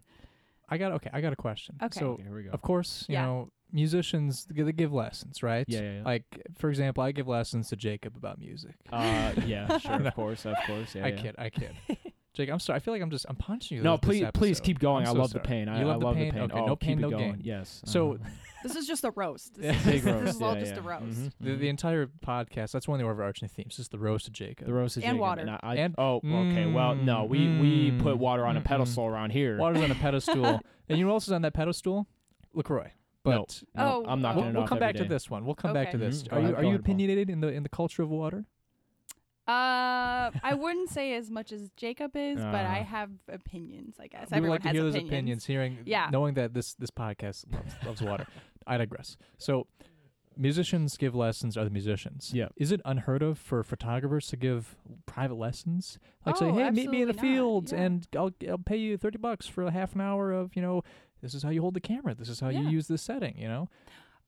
I got okay. I got a question. Okay. So, Okay, here we go. Oh, of course, you Yeah. know, musicians they they give lessons, right? Yeah, yeah, yeah. Like, for example, I give lessons to Jacob about music. uh, yeah, sure. No. Of course, of course. Yeah, I yeah. kid, I kid. Jake, I'm sorry. I feel like I'm just I'm punching you. No, this- this please, please episode. keep going. I'm I so love sorry. the pain. I, You love I the love pain? the pain. Okay, oh, no pain, keep no it going. gain. Yes. So- uh-huh. This is just a roast. This, is, big this roast. is all yeah, just yeah. a roast. Mhm, The, mhm. the entire podcast. That's one of the overarching themes. Is the roast of Jacob. the roast is and Jacob, water. And, I, I- And- oh, okay. Well, no, we we Mm, put water on a mm, mm. pedestal around here. Water's on a pedestal, and you know what else is on that pedestal? Lacroix. No, But no, Oh, I'm not uh, we'll, going we'll come back to this one. We'll come back to Okay. this. Mhm. Go Are you ahead, are go you ahead, Paul. opinionated in the in the culture of water? Uh, I wouldn't say as much as Jacob is, but I Uh-huh. have opinions, I guess. we would Everyone like to has hear those opinions. opinions. Hearing, Yeah. knowing that this this podcast loves, loves water. I digress. So, musicians give lessons. Are the musicians? Yeah. Is it unheard of for photographers to give private lessons? Like say, Oh, hey, meet me in the absolutely not. fields, Yeah. and I'll I'll pay you thirty bucks for a half an hour of you know. This is how you hold the camera. This is how you Yeah. use this setting. You know.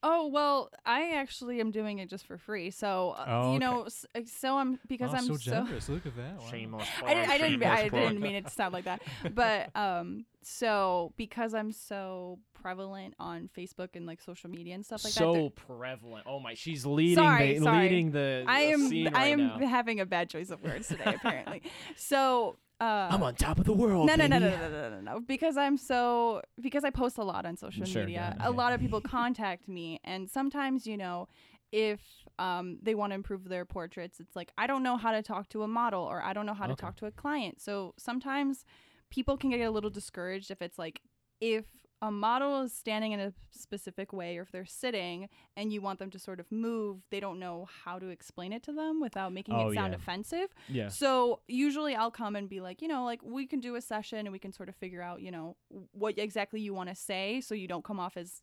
Oh well, I actually am doing it just for free. So uh, Oh, okay. you know, s- uh, so I'm Oh, because I'm so. Look at that. I didn't, I, didn't, I didn't mean it to sound like that, but um, so because I'm so prevalent on Facebook and like social media and stuff like that, so there- prevalent. Oh my, she's leading Sorry, the sorry. leading the, I the am scene I right am now. having a bad choice of words today apparently. so uh, I'm on top of the world. No, no, no, no, baby. no, no, no, no, no. Because I'm so because I post a lot on social Sure, media. yeah, A okay. lot of people contact me, and sometimes you know, if um, they want to improve their portraits, it's like I don't know how to talk to a model, or I don't know how to Okay. talk to a client. So sometimes people can get a little discouraged if it's like if a model is standing in a specific way or if they're sitting and you want them to sort of move they don't know how to explain it to them without making Oh, it sound yeah. offensive Yeah. so usually I'll come and be like, you know, like we can do a session and we can sort of figure out, you know, what exactly you want to say so you don't come off as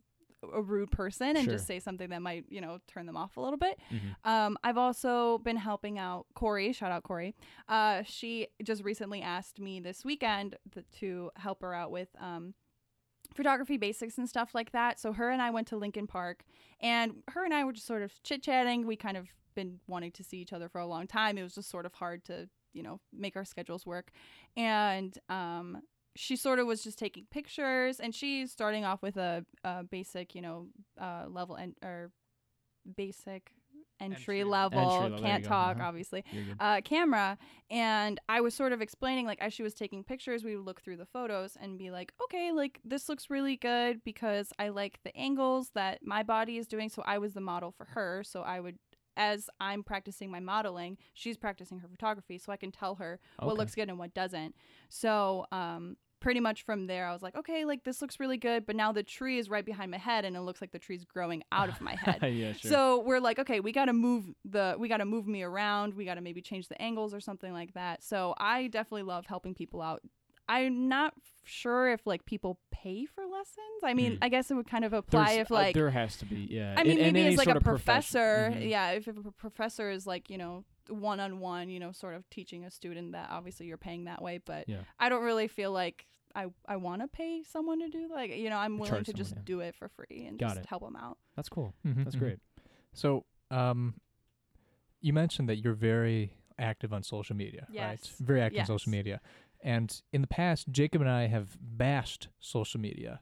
a rude person and Sure. just say something that might, you know, turn them off a little bit. Mhm. Um, I've also been helping out Corey. Shout out Corey. Uh, she just recently asked me this weekend th- to help her out with um, photography basics and stuff like that. So her and I went to Lincoln Park, and her and I were just sort of chit chatting. We kind of been wanting to see each other for a long time. It was just sort of hard to, you know, make our schedules work. And um, she sort of was just taking pictures, and she's starting off with a, a basic, you know, uh, level and or basic entry, Entry- level, entry level, there you can't go, talk, uh-huh. obviously You're good. uh, camera and i was sort of explaining like as she was taking pictures we would look through the photos and be like okay like this looks really good because i like the angles that my body is doing so i was the model for her so i would as i'm practicing my modeling she's practicing her photography so i can tell her what Okay. looks good and what doesn't so um pretty much from there i was like okay like this looks really good but now the tree is right behind my head and it looks like the tree's growing out of my head yeah, sure. so we're like, okay, we gotta move the we gotta move me around. We gotta maybe change the angles or something like that. So I definitely love helping people out. I'm not sure if like people pay for lessons. I mean, Hmm. I guess it would kind of apply There's- if uh, like there has to be, yeah. I in- mean, in maybe any it's like sort a of profession. professor. Mhm. Yeah, if, if a professor is like, you know, one on one, you know, sort of teaching a student that obviously you're paying that way, but Yeah. I don't really feel like I, I want to pay someone to do like you know I'm willing Charge to just someone, yeah. do it for free and Got just it. help them out. That's cool. Mhm, That's mhm. great. So, um, you mentioned that you're very active on social media, right? Yes. Very active on social Yes. media. And in the past, Jacob and I have bashed social media.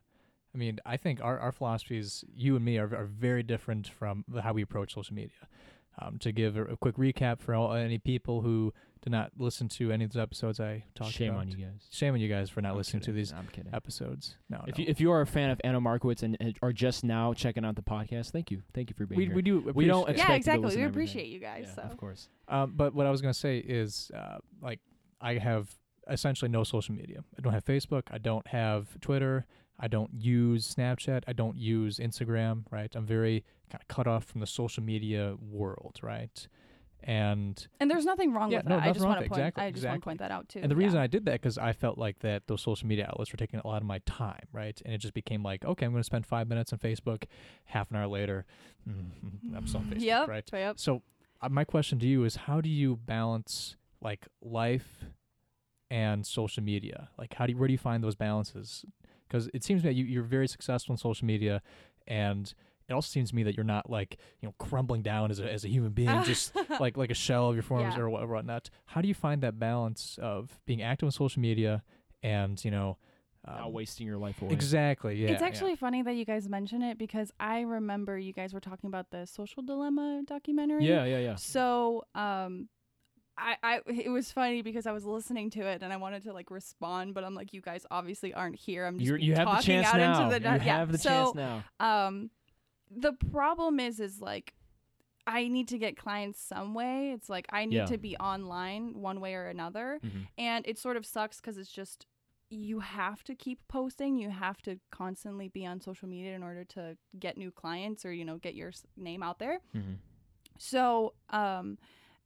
I mean, I think our, our philosophies, you and me, are, are very different from the- how we approach social media. Um, to give a, a quick recap for all, any people who did not listen to any of those episodes I talked Shame about. on you guys. Shame on you guys for not I'm listening kidding. to these I'm kidding. episodes. No, If no. you, if you are a fan of Anna Markowitz and, and are just now checking out the podcast, thank you, thank you for being we, here. we do We don't appreciate- expect yeah, to exactly. listen We to everything. appreciate you guys. Yeah, so of course. Um, but what I was gonna say is, uh, like, I have essentially no social media. I don't have Facebook. I don't have Twitter. I don't use Snapchat. I don't use Instagram. Right. I'm very kind of cut off from the social media world. Right. And And there's nothing wrong Yeah, with no, that. I nothing just wrong want to with it. point. Exactly, I just want to exactly. point that out too. and the reason I did that because I felt like that those social media outlets were taking a lot of my time. Right. And it just became like, okay, I'm gonna spend five minutes on Facebook. Half an hour later, mm, I'm still on Facebook. Yep. Right. Yep. So uh, my question to you is how do you balance like life and social media? Like how do you, where do you find those balances? Cuz it seems to me that you you're very successful in social media and it also seems to me that you're not like, you know, crumbling down as a as a human being just like like a shell of your forms Yeah. or what whatnot. How do you find that balance of being active on social media and, you know, Not um, wasting your life away. Exactly. Yeah. it's yeah. actually funny that you guys mention it because I remember you guys were talking about the social dilemma documentary. Yeah, yeah, yeah. So, um, I, I it was funny because I was listening to it and I wanted to like respond, but I'm like, you guys obviously aren't here. I'm just You're, you have the talking chance out now. into the you yeah. have the so, chance now. um the problem is is like i need to get clients some way it's like i need Yeah. to be online one way or another Mhm. and it sort of sucks because it's just you have to keep posting you have to constantly be on social media in order to get new clients or you know get your s- name out there Mhm. so, um,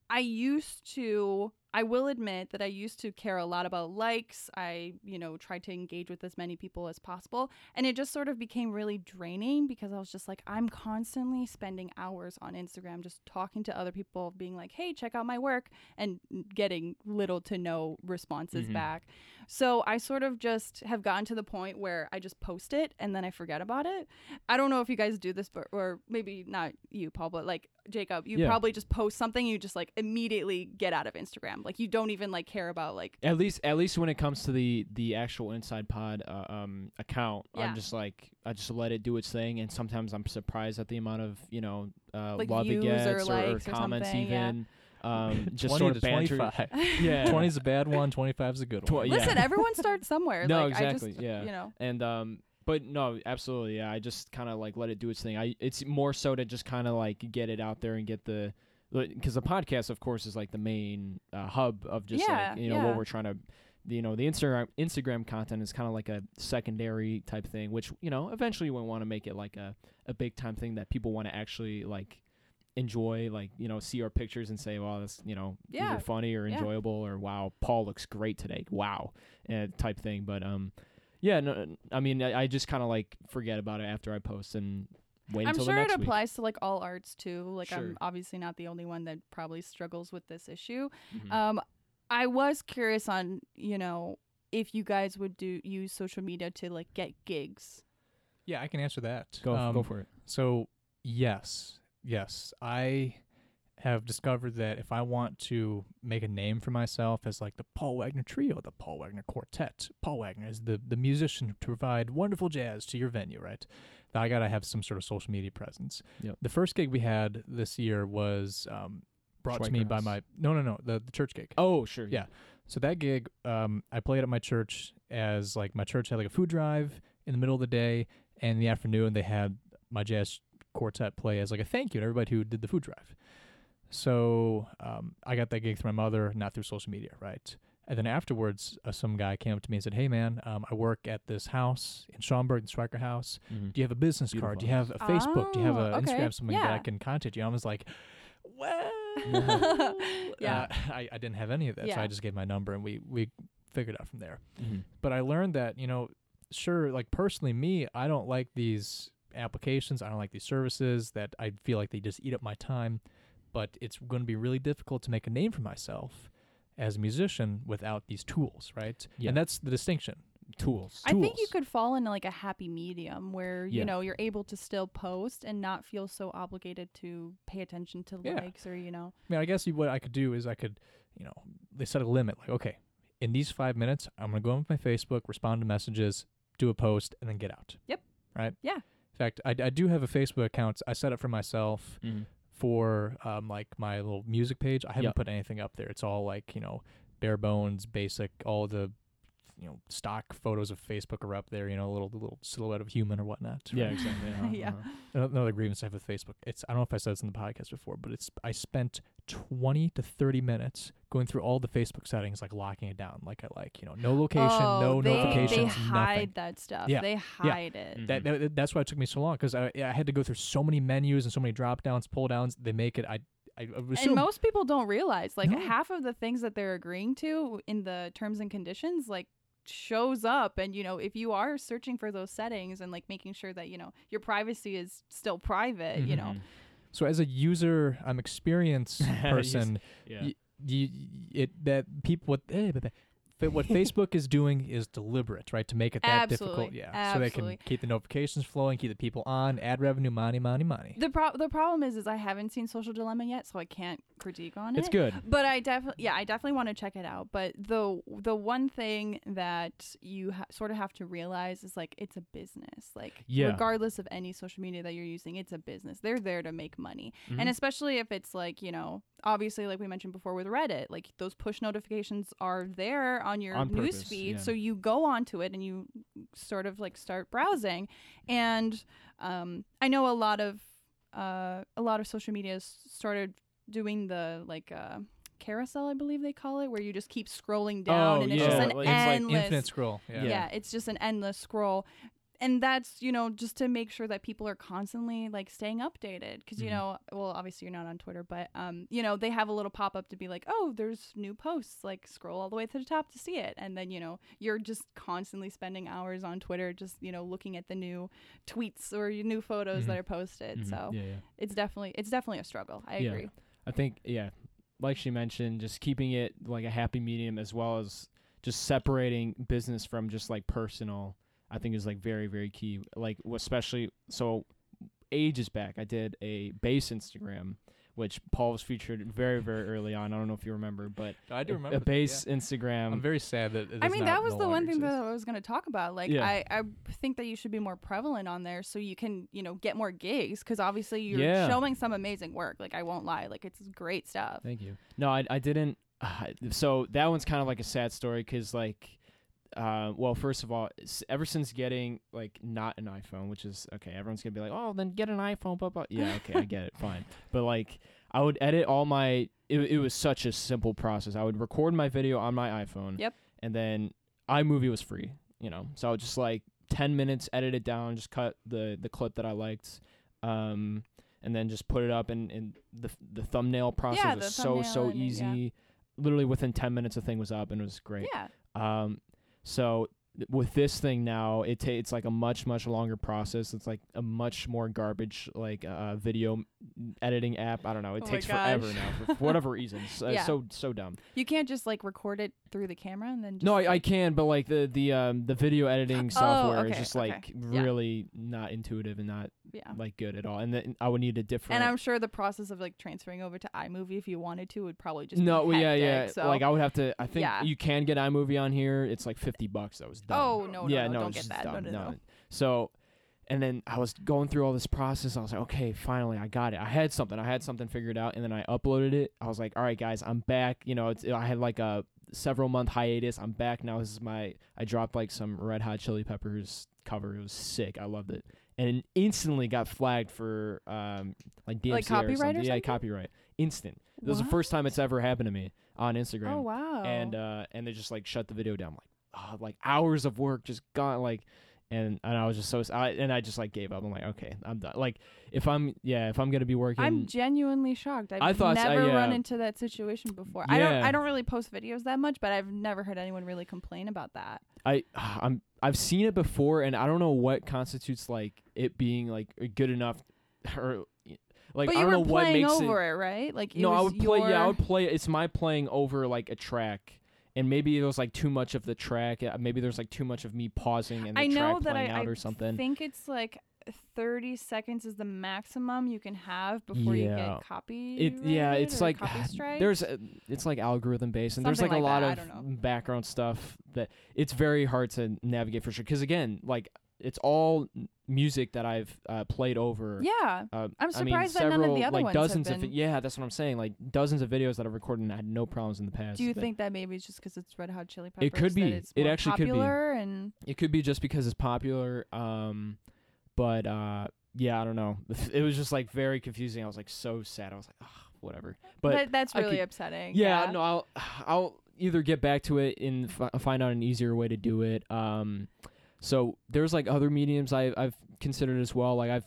I used to, I will admit that I used to care a lot about likes. I, you know, tried to engage with as many people as possible. And it just sort of became really draining because I was just like, I'm constantly spending hours on Instagram just talking to other people, being like, hey, check out my work, and getting little to no responses Mhm. back. So I sort of just have gotten to the point where I just post it and then I forget about it. I don't know if you guys do this, but or maybe not you, Paul, but like Jacob, you Yeah. probably just post something, you just like immediately get out of Instagram. Like you don't even like care about like At least, at least when it comes to the the actual Inside Pod uh, um, account, Yeah. I'm just like I just let it do its thing, and sometimes I'm surprised at the amount of you know uh, Like love it views or gets likes or comments something, yeah. even. Um, just 20 sort of to banter. 25. Yeah, 20 is a bad one, 25 is a good one. Tw- yeah. listen, everyone starts somewhere. No, like I exactly, just yeah. you know. and um but no absolutely yeah i just kind of like let it do its thing i it's more so to just kind of like get it out there and get the because the podcast of course is like the main uh, hub of just Yeah, like you know yeah. what we're trying to you know the instagram instagram content is kind of like a secondary type thing which you know eventually we want to make it like a, a big time thing that people want to actually like enjoy like you know see our pictures and say wow that's you know Yeah, either funny or yeah. enjoyable or wow paul looks great today wow uh, type thing but um yeah, no, n- I mean, I, I just kind of like forget about it after I post and wait I'm until sure the it next week. applies to like all arts too. Like Sure. I'm obviously not the only one that probably struggles with this issue. Mhm. Um, I was curious on you know if you guys would do use social media to like get gigs. Yeah, Um, Um, I can answer that. go, f- Um, go for it. So yes, yes, I have discovered that if I want to make a name for myself as like the Paul Wagner Trio, the Paul Wagner Quartet, Paul Wagner is the, the musician to provide wonderful jazz to your venue, right? That I got to have some sort of social media presence. Yep. The first gig we had this year was um, brought to me by Schweikgrass. my, no, no, no, the, the church gig. Oh, sure. Yeah. So that gig, um, I played at my church as like my church had like a food drive in the middle of the day, and in the afternoon they had my jazz quartet play as like a thank you to everybody who did the food drive. So um, I got that gig through my mother, not through social media, right? And then afterwards, uh, some guy came up to me and said, "Hey man, um, I work at this house in Schaumburg, the Schweiker House. Mhm. Do you have a business card? Do you have a Facebook? Do you have Oh, an okay. Instagram? Something that I Yeah. can contact you?" I was like, "Well, yeah. uh, I, I didn't have any of that, so Yeah. I just gave my number and we we figured out from there. Mhm. But I learned that you know, sure, like personally, me, I don't like these applications. I don't like these services that I feel like they just eat up my time. But it's going to be really difficult to make a name for myself as a musician without these tools, right? Yeah. And that's the distinction. Tools. I think you Tools. could fall into like a happy medium where Yeah. you know you're able to still post and not feel so obligated to pay attention to Yeah. likes or you know. I mean, I guess you- what I could do is I could, you know, they set a limit. Like, okay, in these five minutes, I'm gonna go on my Facebook, respond to messages, do a post, and then get out. Yep. Right. Yeah. In fact, I, I do have a Facebook account. I set up for myself Mhm. for um, like my little music page. I haven't Yep. put anything up there. It's all like you know, bare bones, basic. All the you know stock photos of Facebook are up there. You know, little little silhouette of human or whatnot. Yeah, right? exactly. Uh-huh, Yeah. uh-huh. Ano- another grievance I have with Facebook. It's I don't know if I said this in the podcast before, but it's I spent twenty to thirty minutes going through all the Facebook settings, like locking it down, like I like you know no location, oh, no they, They notifications, hide nothing. that stuff. Yeah. They hide it. Mm. That, that that's why it took me so long because I I had to go through so many menus and so many drop downs, pull downs. They make it I I would assume And most people don't realize like No. half of the things that they're agreeing to in the terms and conditions like shows up and you know if you are searching for those settings and like making sure that you know your privacy is still private, you know. Mhm. so as a user, I'm experienced person. Yeah. y- you, it that people what eh, blah, blah. Fa- what Facebook is doing is deliberate, right? To make it that difficult, Absolutely, yeah. So they absolutely. can keep the notifications flowing, keep the people on, ad revenue, money, money, money. The pro- the problem is is I haven't seen Social Dilemma yet, so I can't critique on it. it's good. But I definitely, yeah, I definitely want to check it out. But the the one thing that you ha- sort of have to realize is like it's a business. Like, Yeah. regardless of any social media that you're using, it's a business. They're there to make money, and Mhm. especially if it's like you know, obviously, like we mentioned before with Reddit, like those push notifications are there on your On news purpose, feed, yeah. so you go onto it and you sort of like start browsing, and um, I know a lot of uh, a lot of social media has started doing the like uh, carousel, I believe they call it, where you just keep scrolling down Oh, and it's yeah. just an Like- it's like endless Infinite scroll. Yeah. yeah. it's just an endless scroll. And that's, you know, just to make sure that people are constantly like staying updated. Cause, you Mhm. know, well, obviously you're not on Twitter, but, um, you know, they have a little pop up to be like, oh, there's new posts. Like scroll all the way to the top to see it. And then, you know, you're just constantly spending hours on Twitter, just, you know, looking at the new tweets or your new photos that Mhm. are posted. Mhm. So yeah, yeah. it's definitely, it's definitely a struggle. I Yeah. agree. I think yeah, like she mentioned, just keeping it like a happy medium as well as just separating business from just like personal. I think is like very very key. Like w- especially so ages back, I did a base Instagram, which Paul was featured very very early on. I don't know if you remember, but I do a- remember. a base Instagram. I'm very sad that. It I mean, that was the one thing that I was going to talk about. Like, Yeah. I, I think that you should be more prevalent on there so you can, you know, get more gigs because obviously you're Yeah. showing some amazing work. Like, I won't lie. Like, it's great stuff. Thank you. No, I, I didn't. so that one's kind of like a sad story because, like, uh, well, first of all, s- ever since getting like not an iPhone, which is okay, everyone's gonna be like, oh, then get an iPhone, blah blah. Yeah, okay, I get it, fine. But like, I would edit all my. It, it was such a simple process. I would record my video on my iPhone. Yep. And then iMovie was free, you know, so I would just like ten minutes, edit it down, just cut the the clip that I liked. Um, and then just put it up and, and the the thumbnail process Yeah, the was so so thumbnail and- easy. yeah. Literally within ten minutes, the thing was up and it was great. Yeah. Um, so th- with this thing now, it ta- it's like a much much longer process. It's like a much more garbage like uh, video m- editing app. I don't know. It Oh my takes gosh. forever now for, for whatever reason. So, Yeah. so so dumb. You can't just, like, record it through the camera and then just. No, I, I like- can, but like the the um the video editing software Oh, okay, is just okay. like Yeah. really not intuitive and not yeah. like good at all, and then I would need a different. And I'm sure the process of like transferring over to iMovie if you wanted to would probably just no, be well, yeah, hectic, yeah. So. Like I would have to. I think Yeah. you can get iMovie on here. It's like fifty bucks. That was dumb. oh no, no, yeah, no, no, don't it's get just that. dumb. No, no, no. So, and then I was going through all this process. I was like, okay, finally, I got it. I had something. I had something figured out, and then I uploaded it. I was like, all right, guys, I'm back. You know, it's, I had like a several month hiatus. I'm back now. This is my. I dropped like some Red Hot Chili Peppers cover. It was sick. I loved it, and instantly got flagged for um like DMCA Like or copyright something. or Yeah, something? copyright. Instant. This was the What? first time it's ever happened to me on Instagram Oh wow. and uh and they just like shut the video down like ah, like hours of work just gone like and and I was just so I, and I just like gave up I'm like okay I'm done like if I'm yeah if I'm gonna be working I'm genuinely shocked. I've I thought so- never yeah. run into that situation before. I don't. Yeah. I don't really post videos that much, but I've never heard anyone really complain about that. I I'm I've seen it before and I don't know what constitutes like it being like good enough or like but I don't you were know what playing makes it over it, right? Like it no, I was would play. Yeah, I your- would play. It's my playing over like a track, and maybe there was like too much of the track. uh, Maybe there's like too much of me pausing and the I know track that playing I, out I or something. think it's like 30 seconds is the maximum you can have before you Yeah. get copy. it yeah it's like copy strike. there's a, it's like algorithm based and there's like, Something a like lot that, I of don't know. background stuff that it's very hard to navigate for sure because again like it's all n- music that i've uh, played over yeah. uh, I'm I mean, surprised that none of several, the other like ones have dozens of been- yeah that's what i'm saying like dozens of videos that i've recorded and i had no problems in the past Do you that- think that maybe it's just because it's Red Hot Chili Peppers? It could be. That it's It more actually could be. popular and it could be just because it's popular um but uh yeah i don't know it was just like very confusing i was like so sad i was like oh, whatever but that, that's I really could- upsetting. yeah, no i'll i'll either get back to it and f- find out an easier way to do it um so there's like other mediums I, i've considered as well like i've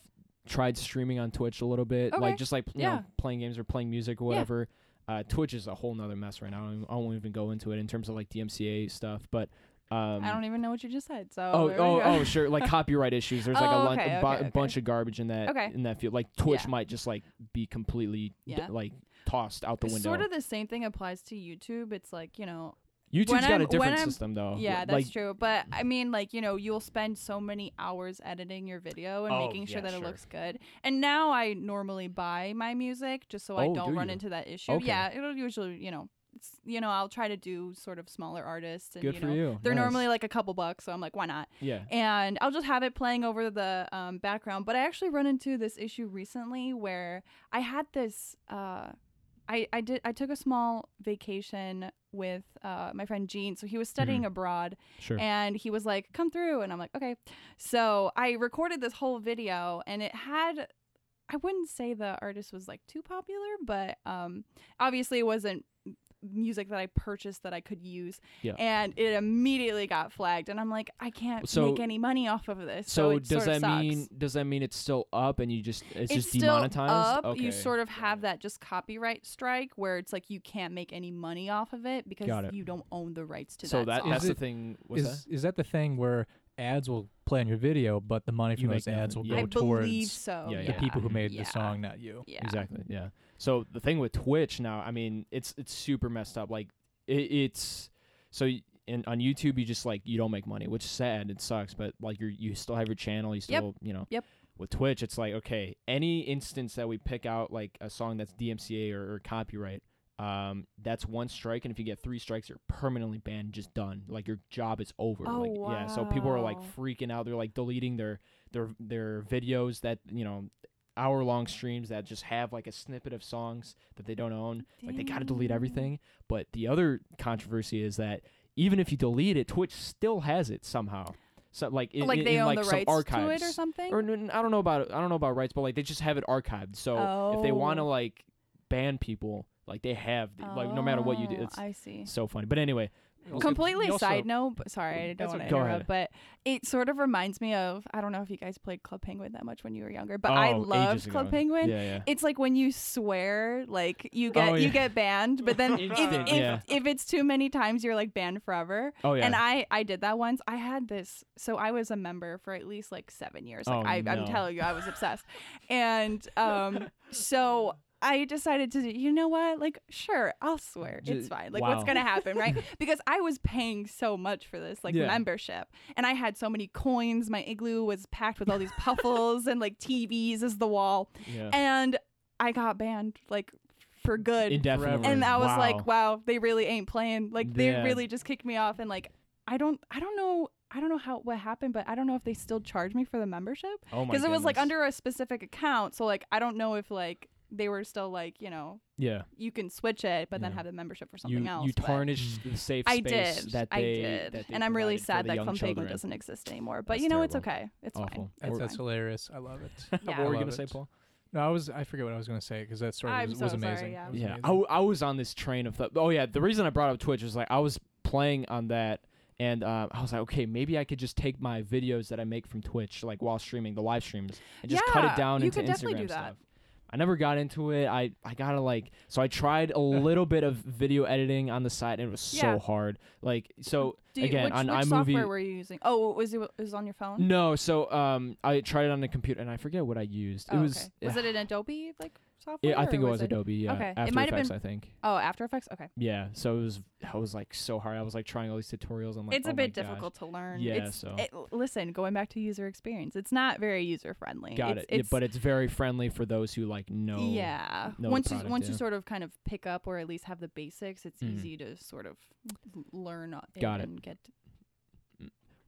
tried streaming on twitch a little bit Okay. like just like you Yeah. know playing games or playing music or Yeah. whatever uh, twitch is a whole nother mess right now I, don't even, I won't even go into it in terms of like dmca stuff but um I don't even know what you just said. So Oh, there we oh, go. oh, sure. Like copyright issues. There's like a, Oh, lun- okay, a, bu- okay, a bunch of garbage in that Okay. in that field. Like Twitch Yeah. might just like be completely d- Yeah. like tossed out the window. Sort of the same thing applies to YouTube. It's like you know, YouTube's when got I'm- a when different I'm- system though. yeah, Uh, Like- that's true. But I mean, like you know, you'll spend so many hours editing your video and Oh, making sure yeah, that sure. it looks good. And now I normally buy my music just so I Oh, don't do run you? into that issue. Okay. Yeah, it'll usually you know, it's, you know, I'll try to do sort of smaller artists and Good you for know. you. They're Nice. normally like a couple bucks, so I'm like, why not? yeah. and I'll just have it playing over the um, background. But I actually run into this issue recently where I had this. Uh, I, I did I took a small vacation with uh, my friend Gene. So he was studying Mhm. abroad, Sure. and he was like, "Come through," and I'm like, "Okay." So I recorded this whole video, and it had. I wouldn't say the artist was like too popular, but um, obviously it wasn't m- music that I purchased that I could use. Yeah. And it immediately got flagged, and I'm like, I can't So- make any money off of this. so So, it does sort that of sucks. mean does that mean it's still up and you just it's, just still demonetized? up. Okay. You sort of have that just copyright strike where it's like you can't make any money off of it because Got it. you don't own the rights to so that. that song. that's Is the it- thing. Was Is that? is that the thing where ads will play on your video, but the money You from make those ads will nothing. go I Yeah. towards believe so. Yeah, the yeah. people who made the Yeah. song, not you? Yeah. Exactly. Yeah. So the thing with Twitch now, I mean, it's it's super messed up. Like it, it's so y- in, on YouTube, you just like you don't make money, which is sad. It sucks, but like you you still have your channel. You Yep. still you know. Yep. With Twitch, it's like okay, any instance that we pick out like a song that's DMCA or, or copyright. Um, that's one strike, and if you get three strikes, you're permanently banned. Just done. Like your job is over. Oh, like yeah. So people are like wow. freaking out. They're like deleting their their their videos that you know hour long streams that just have like a snippet of songs that they don't own. Like they got to delete Dang. everything. But the other controversy is that even if you delete it, Twitch still has it somehow. So like in, like in- they in, own like the some rights archives to it or something. Or n- I don't know about I don't know about rights, but like they just have it archived. So if they want to Oh. like ban people, like they have the, like no matter what you do, Oh, it's I see. so funny. But anyway, also- Completely you also- side note, but sorry, I don't That's want to okay. Go interrupt, but it sort of reminds me of I don't know if you guys played Club Penguin that much when you were younger, but I Oh, ages loved ago. Club Penguin. Yeah, yeah. It's like when you swear, like you get Oh, you yeah. get banned, but then if, Instant, if, yeah. if it's too many times, you're like banned forever. Oh yeah. And I I did that once. I had this, so I was a member for at least like seven years. Like Oh, I, no. I'm telling you, I was obsessed. And um, so I decided to do, you know what? Like, sure, I'll swear. Ju- it's fine. Like, wow. what's going to happen, right? because I was paying so much for this, like, Yeah. membership. And I had so many coins. My igloo was packed with all these puffles and, like, TVs as the wall. Yeah. And I got banned, like, for good. Indefinitely. and I was like, Wow. wow, they really ain't playing. Like, they Yeah. really just kicked me off. And, like, I don't, I don't know. I don't know how what happened, but I don't know if they still charge me for the membership Oh my because it was like goodness. under a specific account so like i don't know if like they were still like you know Yeah. you can switch it but then Yeah. have the membership for something You else you but- tarnished the safe i space did that i they did that they and i'm really provided for sad the that young clumpagla children. doesn't exist anymore but That's you know it's terrible. okay it's Awful. That's, Or- that's hilarious. I love it. fine What yeah were I you love gonna say, it. Paul? No, I was I forget what I was gonna say because that story I'm was, so was sorry, amazing. yeah. It was Yeah, I, amazing. w- I was on this train of thought. Oh yeah, the reason I brought up Twitch is like I was playing on that, and um, I was like, okay, maybe I could just take my videos that I make from Twitch, like while streaming the live streams, and just cut it Yeah, down you into could definitely Instagram do that. stuff. I never got into it. I I gotta like so I tried a little bit of video editing on the side, and it was Yeah. so hard. Like so Do you, again which, on which iMovie. software were you using oh was it, it was on your phone no, so um, I tried it on the computer, and I forget what I used. oh, it was eh, uh, okay. was it an adobe like software Yeah, I or think it was Adobe. Yeah, Okay. It After might have Effects, been- I think. oh after effects okay Yeah, so it was I was like so hard. I was like trying all these tutorials. I'm like, it's oh a my bit gosh. difficult to learn Yeah, it's so- it, listen going back to user experience it's not very user friendly Got it's, it. Yeah, it's, but it's very friendly for those who like know. yeah know the once product, you once yeah. you sort of kind of pick up or at least have the basics it's Mhm. easy to sort of l- learn o- it Got it. and get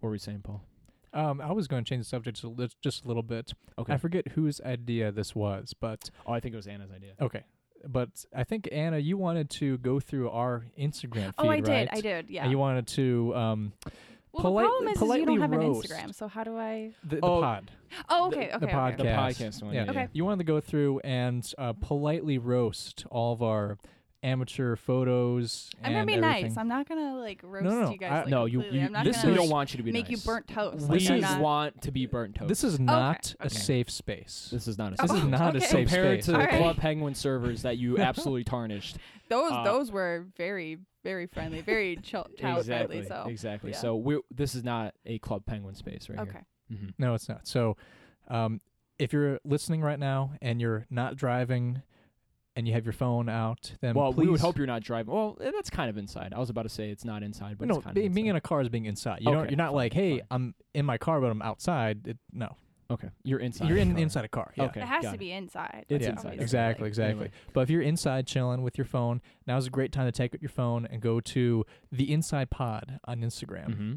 What were you saying, Paul? Um, I was going to change the subject just a lit- just a little bit. Okay. I forget whose idea this was, but Oh, I think it was Anna's idea. okay. But I think Anna, you wanted to go through our Instagram feed, oh i right? did i did yeah And you wanted to um well polite- the problem is, is you politely don't have roast. an instagram so how do i the, the Oh, pod, oh The- okay okay the okay, podcast, The okay. podcast one, Yeah. yeah. Okay. You wanted to go through and uh, politely roast all of our amateur photos. i'm gonna and be everything. nice i'm not gonna like roast no, you no, guys I- like, no, you. completely. you- i'm not this, gonna we don't want you to be make you nice. burnt toast We like, I'm is not- want to be burnt toast. This is not a okay. safe space. This is not a. This is Oh, not a okay. safe Compared space. to the Alright. Club Penguin servers that you absolutely tarnished. those uh, those were very very friendly very chill, child exactly. friendly so Exactly. yeah. So we. This is not a Club Penguin space right okay here. Okay. No, it's not. So, um, if you're listening right now and you're not driving and you have your phone out, then Well, please, we would hope you're not driving. Well, eh, that's kind of inside. I was about to say it's not inside, but no, it's kind be- of being in inside. a car is being inside. You don't. Okay, You're not fine, like, hey, fine. I'm in my car, but I'm outside. It, no, okay, you're inside. you're the in car. inside a car. Yeah. Okay, it has got to it. be inside It's yeah, inside, obviously, Exactly, like- exactly. Anyway. But if you're inside chilling with your phone, now's a great time to take out your phone and go to the Inside Pod on Instagram. Mm-hmm.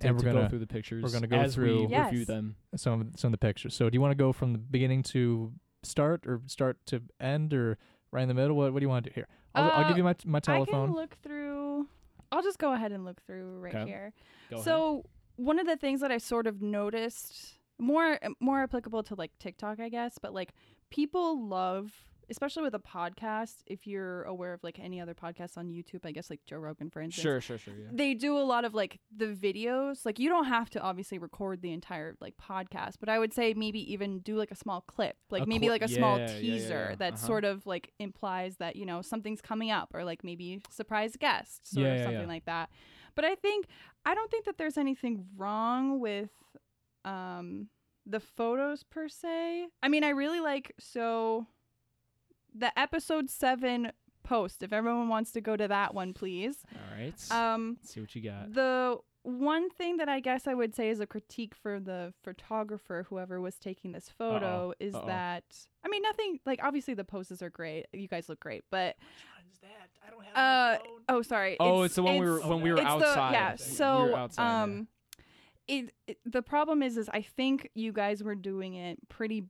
To, And we're to go gonna- through the pictures. we're gonna go as we through- review Yes. them. Some of, some of the pictures. So, do you want to go from the beginning to start, or start to end, or right in the middle? What What do you want to do here? I'll, I'll give Uh, you my my I telephone. can look through. I'll just go ahead and look through right Okay. here. Go so one of the things that I sort of noticed more more applicable to like TikTok, I guess, but like people love especially with a podcast if you're aware of like any other podcasts on YouTube, I guess like Joe Rogan for ahead. instance. sure, sure, sure. Yeah. They do a lot of like the videos. Like you don't have to obviously record the entire like podcast, but I would say maybe even do like a small clip, like A maybe cli- like a small yeah, yeah, yeah, teaser yeah. that Uh-huh. sort of like implies that you know something's coming up or like maybe surprise guest, sort Yeah, of yeah, something yeah. like that. But I think I don't think that there's anything wrong with um the photos per se. I mean, I really like so the episode 7 post. If everyone wants to go to that one, please. All right. Um Let's see what you got. the one thing that I guess I would say is a critique for the photographer, whoever was taking this photo, is Uh-oh. that I mean nothing like obviously the poses are great. You guys look great, but uh oh sorry. oh, it's, the one we were it's- when we were it's the- outside. yeah. So we were outside, um It, it the problem is is I think you guys were doing it pretty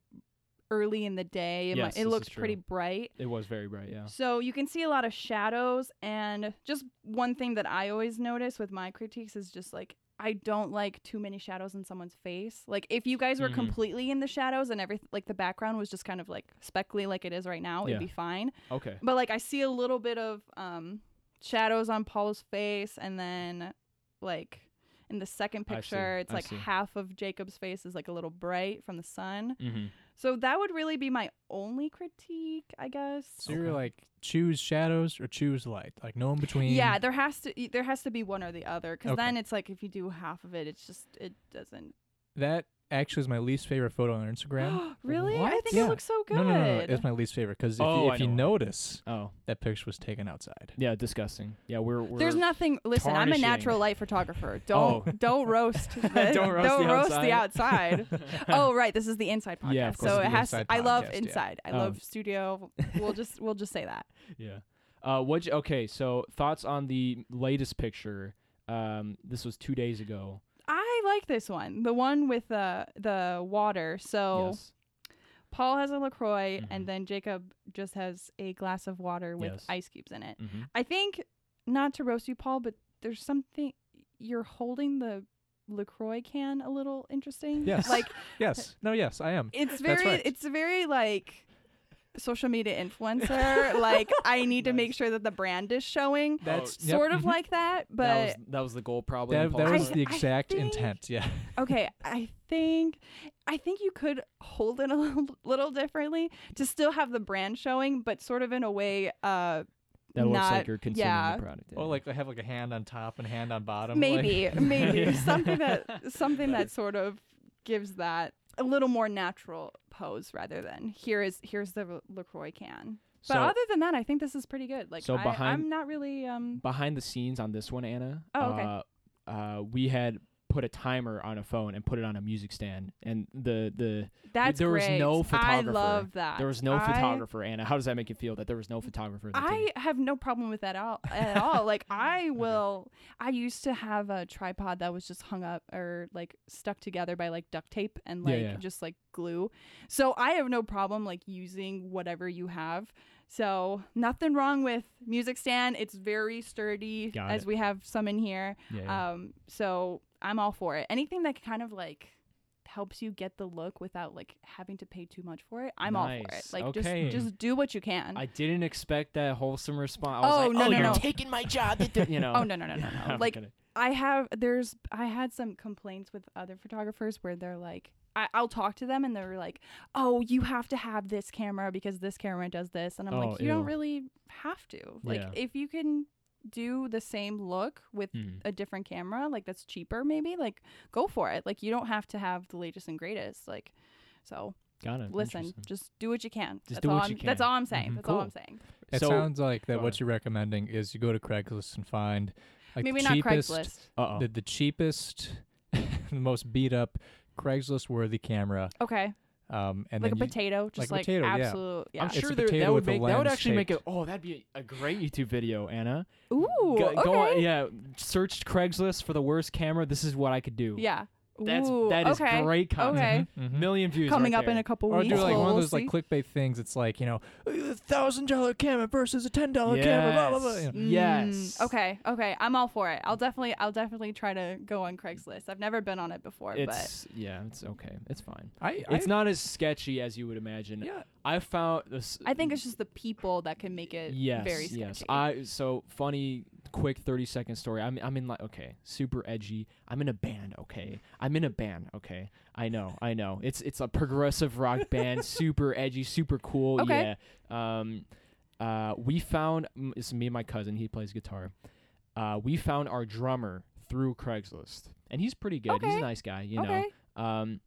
early in the day. It, mi- Yes, this it is looked pretty true. bright. yeah. it was very bright. Yeah. So you can see a lot of shadows and just one thing that I always notice with my critiques is just like I don't like too many shadows in someone's face. Like if you guys were Mhm. completely in the shadows and everything like the background was just kind of like speckly like it is right now, Yeah. it'd be fine. Okay. But like I see a little bit of um shadows on Paul's face and then like in the second I see, picture it's I like see. half of Jacob's face is like a little bright from the sun. Mm-hmm. So that would really be my only critique, I guess. So you're Okay. like choose shadows or choose light, like no in between. Yeah, there has to y- there has to be one or the other because Okay. then it's like if you do half of it, it's just it doesn't. that actually is my least favorite photo on Instagram. really? I What? think Yeah. it looks so good. no, no, no, no, it's my least favorite because if, you- Oh, I if you know. notice, Oh, that picture was taken outside. yeah, disgusting. Yeah, we're, we're There's nothing. Listen, I'm a tarnishing. natural light photographer. Don't don't roast. The, Don't roast the outside. oh, right. This is the inside podcast. Yeah, of course, so it's it the has. To, inside I love podcast, yeah. inside. I Oh. love studio. We'll just we'll just say that. Yeah. Uh, what? Okay, so thoughts on the latest picture? Um, this was two days ago. I like this one. The one with the the water. So Yes. Paul has a Lacroix, Mhm. and then Jacob just has a glass of water with Yes. ice cubes in it. hmm I think not to roast you, Paul, but there's something you're holding the Lacroix can a little interesting. Yes. like Yes. No. Yes, I am. it's That's very right. it's very like social media influencer. like I need to make Nice. sure that the brand is showing. That's yep, Oh, Sort of mhm. like that, that was but that was the goal probably. That, that Paul's was I- the I exact think- intent. Yeah. okay, I think I think you could hold it a little, little differently to still have the brand showing, but sort of in a way uh That looks like not- you're consuming yeah. the product. Or Oh, like I have like a hand on top and hand on bottom. like- maybe maybe Yeah. something that something that sort of gives that a little more natural pose rather than here is here's the Lacroix can. But so other than that, I think this is pretty good. Like So I, behind- I'm not really um behind the scenes on this one, Anna. Oh, okay. Uh, uh, we had put a timer on a phone and put it on a music stand, and the the that's there was great. no I photographer. love that. there was no I- photographer. Anna, how does that make you feel that there was no photographer? that did I have no problem with that all, at all. Like I will. I used to have a tripod that was just hung up or like stuck together by like duct tape and Yeah, like yeah. just like glue. So I have no problem like using whatever you have. So nothing wrong with music stand. It's very sturdy, Got as it. we have some in here. Yeah, yeah. Um, so I'm all for it. Anything that kind of like helps you get the look without like having to pay too much for it. I'm all for it. Nice. Like Okay. just just do what you can. I didn't expect that wholesome response. I was Oh, like, no, oh, no, you're no. taking my job. that th-" You know. Oh no no no no no! I'm like kidding. I have there's I had some complaints with other photographers where they're like I, I'll talk to them and they're like, Oh, you have to have this camera because this camera does this and I'm Oh, like, You don't ew. really have to. Like Yeah. if you can do the same look with Hmm. a different camera, like that's cheaper maybe, like go for it. Like you don't have to have the latest and greatest. Like so Got it. listen, Interesting. just do what you can. Just that's do all what I'm, you That's can. all I'm saying. Mhm. That's all I'm Cool. saying. It So- sounds like that Go what ahead. you're recommending is you go to Craigslist and find like Maybe the not cheapest, Craigslist. Uh-oh. the, the cheapest, the most beat up Craigslist worthy camera. Okay. Um, and like a then you- potato, just a like, potato, yeah. absolute yeah. I'm It's sure a there, potato that would with a make that would lens actually make it. shaped- Oh, that'd be a, a great YouTube video, Anna. Ooh, go, okay. go on, yeah, search Craigslist for the worst camera. This is what I could do. Yeah. that's Ooh, that is okay. great content. Okay. Mhm, mhm. Million views Coming right up in there. a couple Or weeks. do like one of we'll those like see. clickbait things. It's like you know, a thousand dollar camera versus a ten dollar camera. Blah blah blah. Yes. you know. Mm, Yes. Okay. Okay. I'm all for it. I'll definitely. I'll definitely try to go on Craigslist. I've never been on it before, but It's yeah, it's okay. It's fine. I, It's not as sketchy as you would imagine. Yeah. I found this. I think it's just the people that can make it yes, very sketchy. yes. I so funny, quick thirty second story. I'm I'm in like okay, super edgy. I'm in a band. Okay, I'm in a band. Okay, I know, I know. It's it's a progressive rock band, super edgy, super cool. Okay. Yeah. Um, uh, we found mm, it's me and my cousin. He plays guitar. Uh, we found our drummer through Craigslist, and he's pretty good. He's a Okay. nice guy, you know. okay. Um,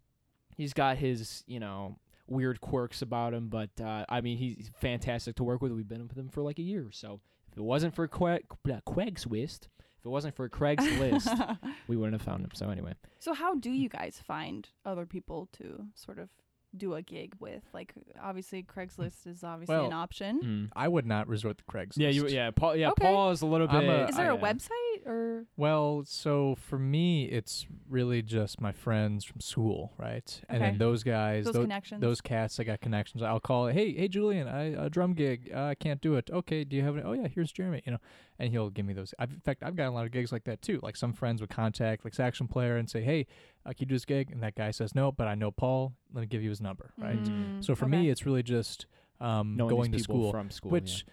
he's got his, you know, weird quirks about him, but uh, I mean, he's fantastic to work with. We've been with him for like a year or so. If it wasn't for Quag uh, Craigslist, if it wasn't for Craigslist, we wouldn't have found him. So anyway, so how do you guys find other people to sort of do a gig with? Like obviously Craigslist is obviously Well, an option. mm. I would not resort to Craigslist. yeah, you, yeah, Paul, yeah, Okay. Paul is a little bit. I'm a- Is there a a website or Well, so for me, it's really just my friends from school, right? And Okay. then those guys, those those, connections? those cats, I got connections. I'll call, hey, hey, Julian, I a drum gig. Uh, I can't do it. Okay, do you have it? Oh yeah, here's Jeremy. You know, and he'll give me those. I've, in fact, I've got a lot of gigs like that too. Like some friends would contact like saxophone player and say, hey, uh, can you do this gig? And that guy says no, but I know Paul. Let me give you his number, right? Mm, So for okay. me, it's really just um, Knowing going to these people school from school, which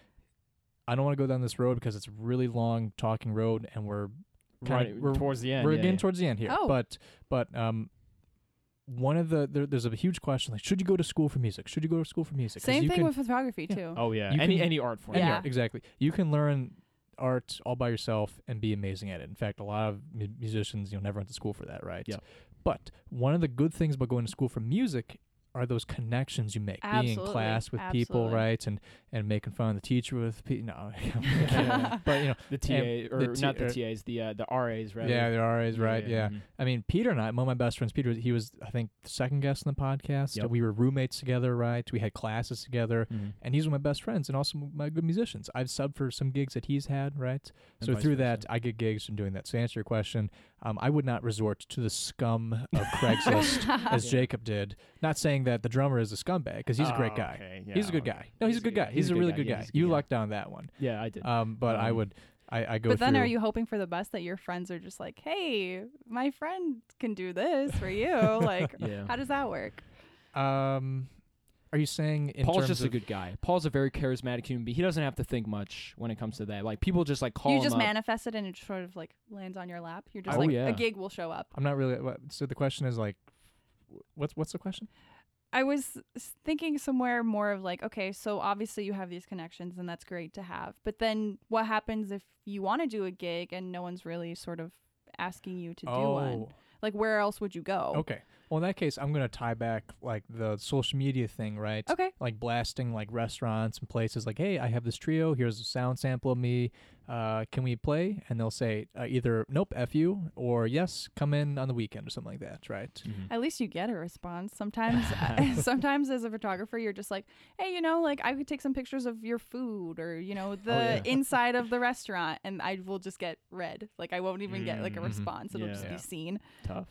I don't want to go down this road because it's a really long talking road, and we're yeah. kinda- right we're- towards the end. we're yeah, getting yeah. towards the end here. Oh. But but um, one of the there, there's a huge question like should you go to school for music? Should you go to school for music? 'Cause Same you thing can- with photography yeah. too. Oh yeah, You any can- any art form. and Yeah. you're- exactly. You can learn art all by yourself and be amazing at it. In fact, a lot of mu- musicians you know never went to school for that, right? Yeah. But one of the good things about going to school for music are those connections you make, being in Absolutely, class with people, absolutely. right, and and making fun of the teacher with pe- no, Yeah. but you know, The TA or the T- not the or- TAs, the uh, the RAs, right? yeah, there are is right, yeah. mhm. I mean, Peter and I, one of my best friends, Peter, he was I think the second guest on the podcast. Yep. We were roommates together, right? We had classes together, Mhm. and he's one of my best friends, and also my good musicians. I've subbed for some gigs that he's had, right? And so vice through versa. that, I get gigs from doing that. So to answer your question, um, I would not resort to the scum of Craigslist as Yeah. Jacob did. Not saying that the drummer is a scumbag because he's a great Oh, guy. okay, he's yeah, a good okay. guy. No, he's, a good guy. He's, a really good yeah, guy. he's a You lucked on that one. Yeah, I did. Um, but I Um, would, I, I go. But then, through, are you hoping for the best that your friends are just like, "Hey, my friend can do this for you"? Like, yeah. how does that work? Um, are you saying in Paul's terms just of a good guy. Paul's a very charismatic human being. He doesn't have to think much when it comes to that. Like people just like call you him just up. manifest it and it sort of like lands on your lap. You're just Oh, like yeah. a gig will show up. I'm not really. what- So the question is like, what's what's the question? I was s- thinking somewhere more of like, okay, so obviously you have these connections and that's great to have. But then what happens if you want to do a gig and no one's really sort of asking you to do one? Like where else would you go? Oh. okay. Well, in that case, I'm gonna tie back like the social media thing, right? Okay. Like blasting like restaurants and places, like, hey, I have this trio. Here's a sound sample of me. Uh, can we play? And they'll say uh, either nope, f you, or yes, come in on the weekend or something like that, right? Mhm. At least you get a response. Sometimes sometimes as a photographer you're just like, "Hey, you know, like I could take some pictures of your food or, you know, the Oh, yeah. inside of the restaurant and I will just get read. Like I won't even get like a Mhm. response. It'll Yeah. just Mm-hmm. Yeah. be seen. Tough.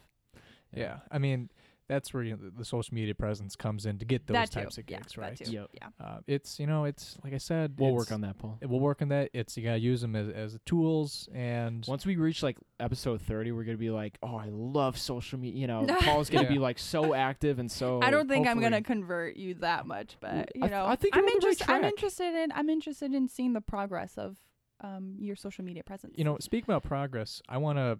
Yeah. I mean, that's where you know, the, the social media presence comes in to get those that too. types of yeah, gigs, that right? too. Yep. Yeah. Uh, it's you know, it's like I said, We'll it's- work on that, Paul. We'll work on that. It's you gotta use them as, as tools and Once we reach like episode 30, we're going to be like, "Oh, I love social media." You know, No. Paul's going to Yeah. be like so active and so I don't think I'm hopefully- gonna convert you that much, but I you th- know, I think you're I'm on the right interested. I'm track. interested in. I'm interested in seeing the progress of um, your social media presence. you know, speaking about progress, I wanna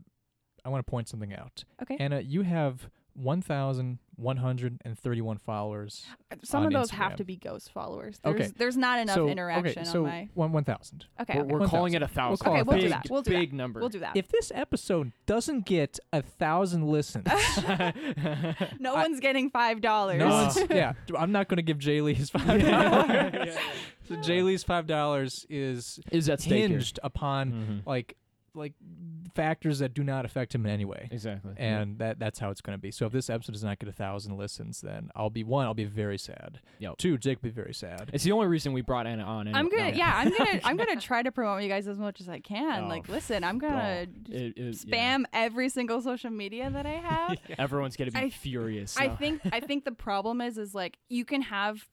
I wanna point something out. Okay. Anna, you have one thousand one hundred and thirty one followers. some on of those Instagram. have to be ghost followers. Okay. There's, There's not enough so, interaction okay, so on my. one one thousand. Okay. We're, okay. we're One calling it a thousand. call it Okay, we'll do big, that. We'll do that. big number. We'll do that. If this episode doesn't get a thousand listens no I- one's getting five dollars. No Uh, one's, yeah, I'm not going to give Jay Lee his five dollars. So Jay Lee's five dollars is Is that stake here? hinged upon Mhm. like like factors that do not affect him in any way. Exactly. and that that's how it's going to be. So if this episode does not get a thousand listens, then I'll be one. I'll be very sad. Yep. Two, Jake will be very sad. it's the only reason we brought Anna on. I'm anyway. gonna. No. Yeah, I'm gonna. I'm gonna try to promote you guys as much as I can. Oh, like, listen, I'm gonna It- it- yeah. spam every single social media that I have. Everyone's gonna be I- furious. I now. think I think the problem is is like you can have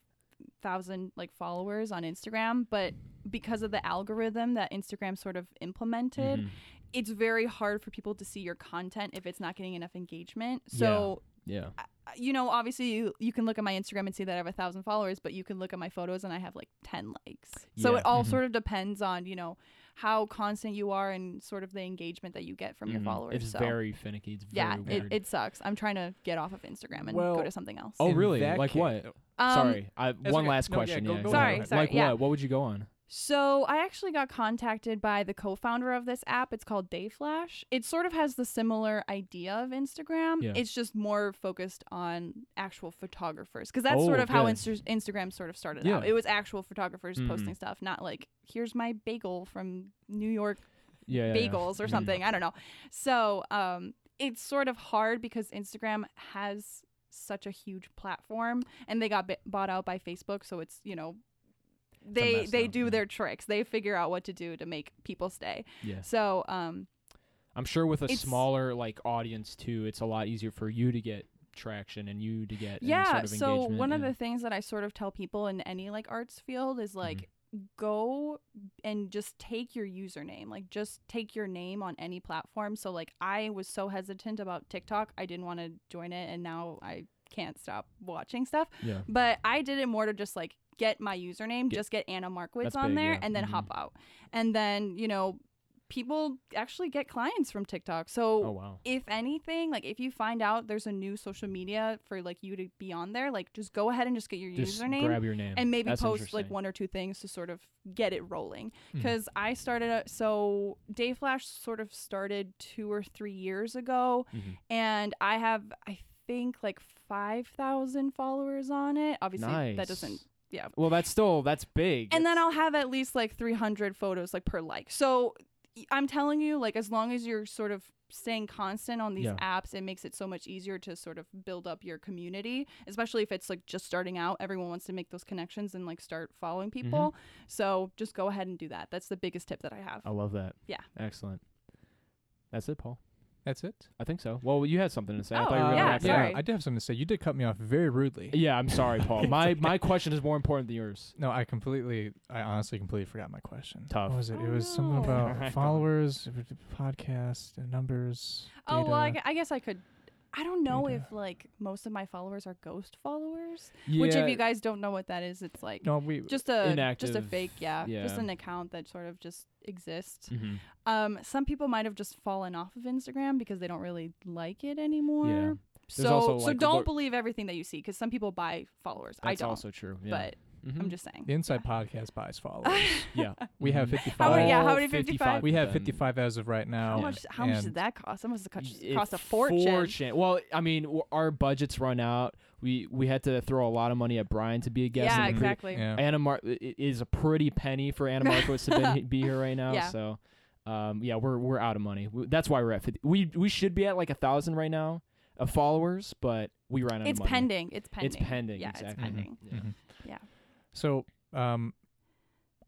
thousand like followers on Instagram, but because of the algorithm that Instagram sort of implemented, Mhm. it's very hard for people to see your content if it's not getting enough engagement. So Yeah. uh, you know, obviously you, you can look at my Instagram and see that I have a thousand followers, but you can look at my photos and I have like ten likes. So Yeah. it all Mhm. sort of depends on, you know, how constant you are and sort of the engagement that you get from your Mhm. followers. It's so very finicky. It's very yeah, it, weird. it sucks. I'm trying to get off of Instagram and Well, go to something else. oh In really? that Like ca- what? Um, sorry, I That's one okay. last No, yeah, question. go- go Sorry, exactly. sorry, Like yeah. what? What would you go on? So I actually got contacted by the co-founder of this app. It's called Dayflash. It sort of has the similar idea of Instagram. Yeah. It's just more focused on actual photographers because that's Oh, sort of how good. Insta- Instagram sort of started Yeah. out. It was actual photographers Mhm. posting stuff, not like here's my bagel from New York Yeah. yeah, yeah. bagels or Mhm. something. I don't know. So um, it's sort of hard because Instagram has such a huge platform, and they got bi- bought out by Facebook. So it's you know, a they mess they now, do yeah. their tricks. They figure out what to do to make people stay. Yes. So um, I'm sure with a It's- smaller like audience too, it's a lot easier for you to get traction and you to get any yeah. sort of so engagement, one of yeah. Mm-hmm. the things that I sort of tell people in any like arts field is like. Go and just take your username. Like, just take your name on any platform. So, like, I was so hesitant about TikTok. I didn't want to join it. And now I can't stop watching stuff. yeah. But I did it more to just like get my username, Get- just get Anna Markowitz That's on big, there, yeah. Mm-hmm. and then Mhm. hop out. And then, you know, people actually get clients from TikTok. So Oh wow. if anything, like if you find out there's a new social media for like you to be on there, like just go ahead and just get your Just username grab your name and maybe That's post like interesting. Hmm. one or two things to sort of get it rolling. Mhm. Because I started a, so Day Flash sort of started two or three years ago, Mhm. and I have I think like five thousand followers on it. Obviously, that Nice. doesn't yeah. Well, that's still that's big. And then It's- I'll have at least like 300 photos like per like. So y- I'm telling you, like as long as you're sort of staying constant on these Yeah. apps, it makes it so much easier to sort of build up your community, especially if it's like just starting out. Everyone wants to make those connections and like start following people. So just go ahead and do that. That's the biggest tip that I have. I love that. Yeah. Excellent. That's it, Paul. That's it. I think so. Well, you had something to say. I Oh, thought you were gonna yeah, wrap it up. sorry. I did have something to say. You did cut me off very rudely. Yeah, I'm sorry, Paul. My my question is more important than yours. No, I completely, I honestly completely forgot my question. Tough. What was it? Oh, it was something no. about followers, podcast, and numbers. Oh, well, I, data. gu- I guess I could. I don't know Data. if like most of my followers are ghost followers, which if you guys don't know what that is, it's like No, we. just a just a Inactive, fake, yeah, just yeah. an account that sort of just exists. hmm Um, some people might have just fallen off of Instagram because they don't really like it anymore. Yeah. So also, so like, don't lo- believe everything that you see because some people buy followers. I That's don't, also true. Yeah. but Mhm. I'm just saying. The Inside Podcast buys followers. yeah. we have Mhm. 55. How many- Oh, yeah, All how many 55? we have then. 55 as of right now. How Yeah. much? How much and- did that cost? That must have cost, It- cost a fortune. fortune. Well, I mean, w- our budgets run out. We we had to throw a lot of money at Brian to be a guest. Yeah, and the pre- exactly. Yeah. Anna Mar- i- i- is a pretty penny for Anna Marcos to be, be here right now. Yeah. So, um, yeah, we're we're out of money. W that's why we're at 50. We we should be at like a thousand right now of followers, but we ran out It's of money. pending. It's pending. It's pending. Yeah, exactly. it's pending. Yeah. Mhm. Yeah. So, um,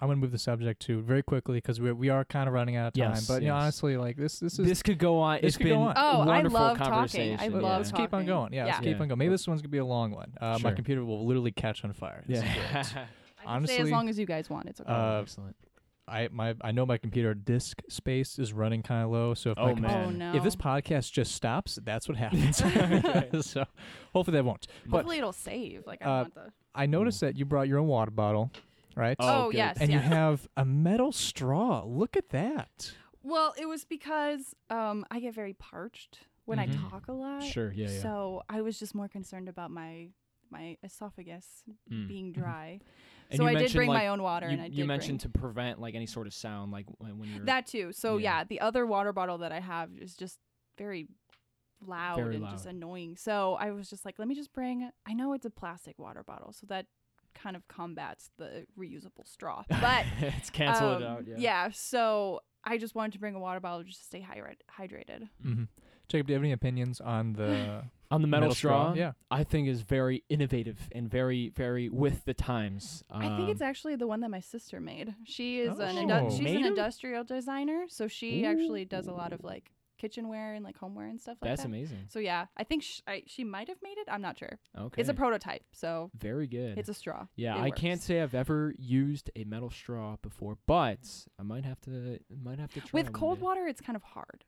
I'm gonna move the subject to very quickly because we we are kind of running out of time. Yes, but you know, yes. honestly, like this this is This could go on. This It's could go been on. Oh, I wonderful love talking. conversation. I yeah. love let's keep on talking. going. Yeah, let's Yeah. keep on going. Maybe this one's gonna be a long one. Uh, My Sure. computer will literally catch on fire. This is Yeah. great. Oh, Mm-hmm. I can stay as Honestly, long as you guys want. It's okay. uh, Excellent. I my I know my computer disk space is running kind of low. So if Oh, my com- man. oh no. if this podcast just stops, that's what happens. so hopefully that won't. But Hopefully it'll save. Like I Uh, want the. I noticed that you brought your own water bottle, right? Hmm. Oh, Oh, good. yes. and yes. you have a metal straw. Look at that. Well, it was because um, I get very parched when Mhm. Mm-hmm. I talk a lot. Sure. Yeah. Yeah. So I was just more concerned about my my esophagus Mm. being Mhm. dry. And so you I did mentioned, bring like, my own water, you, and I did you mentioned to prevent like any sort of sound, like when, when you're bring that too. So Yeah. yeah. the other water bottle that I have is just very loud Very and just loud. annoying. So I was just like, let me just bring. I know it's a plastic water bottle, so that kind of combats the reusable straw, but. it's canceled um, out. Yeah. So I just wanted to bring a water bottle just to stay hydra- hydrated. Mm-hmm. Jacob, do you have any opinions on the On the metal, straw, Yeah. I think is very innovative and very, very with the times. Um, I think it's actually the one that my sister made. She is an Oh. indu- she's Made an 'em? industrial designer, so she Ooh. actually does a lot of like kitchenware and like homeware and stuff like that's that. amazing. So yeah, I think sh- I, she might have made it. I'm not sure. Okay, It's a prototype, so very good. it's a straw. yeah, it I can't works. say I've ever used a metal straw before, but I might have to. Might have to try With one cold day. water, it's kind of hard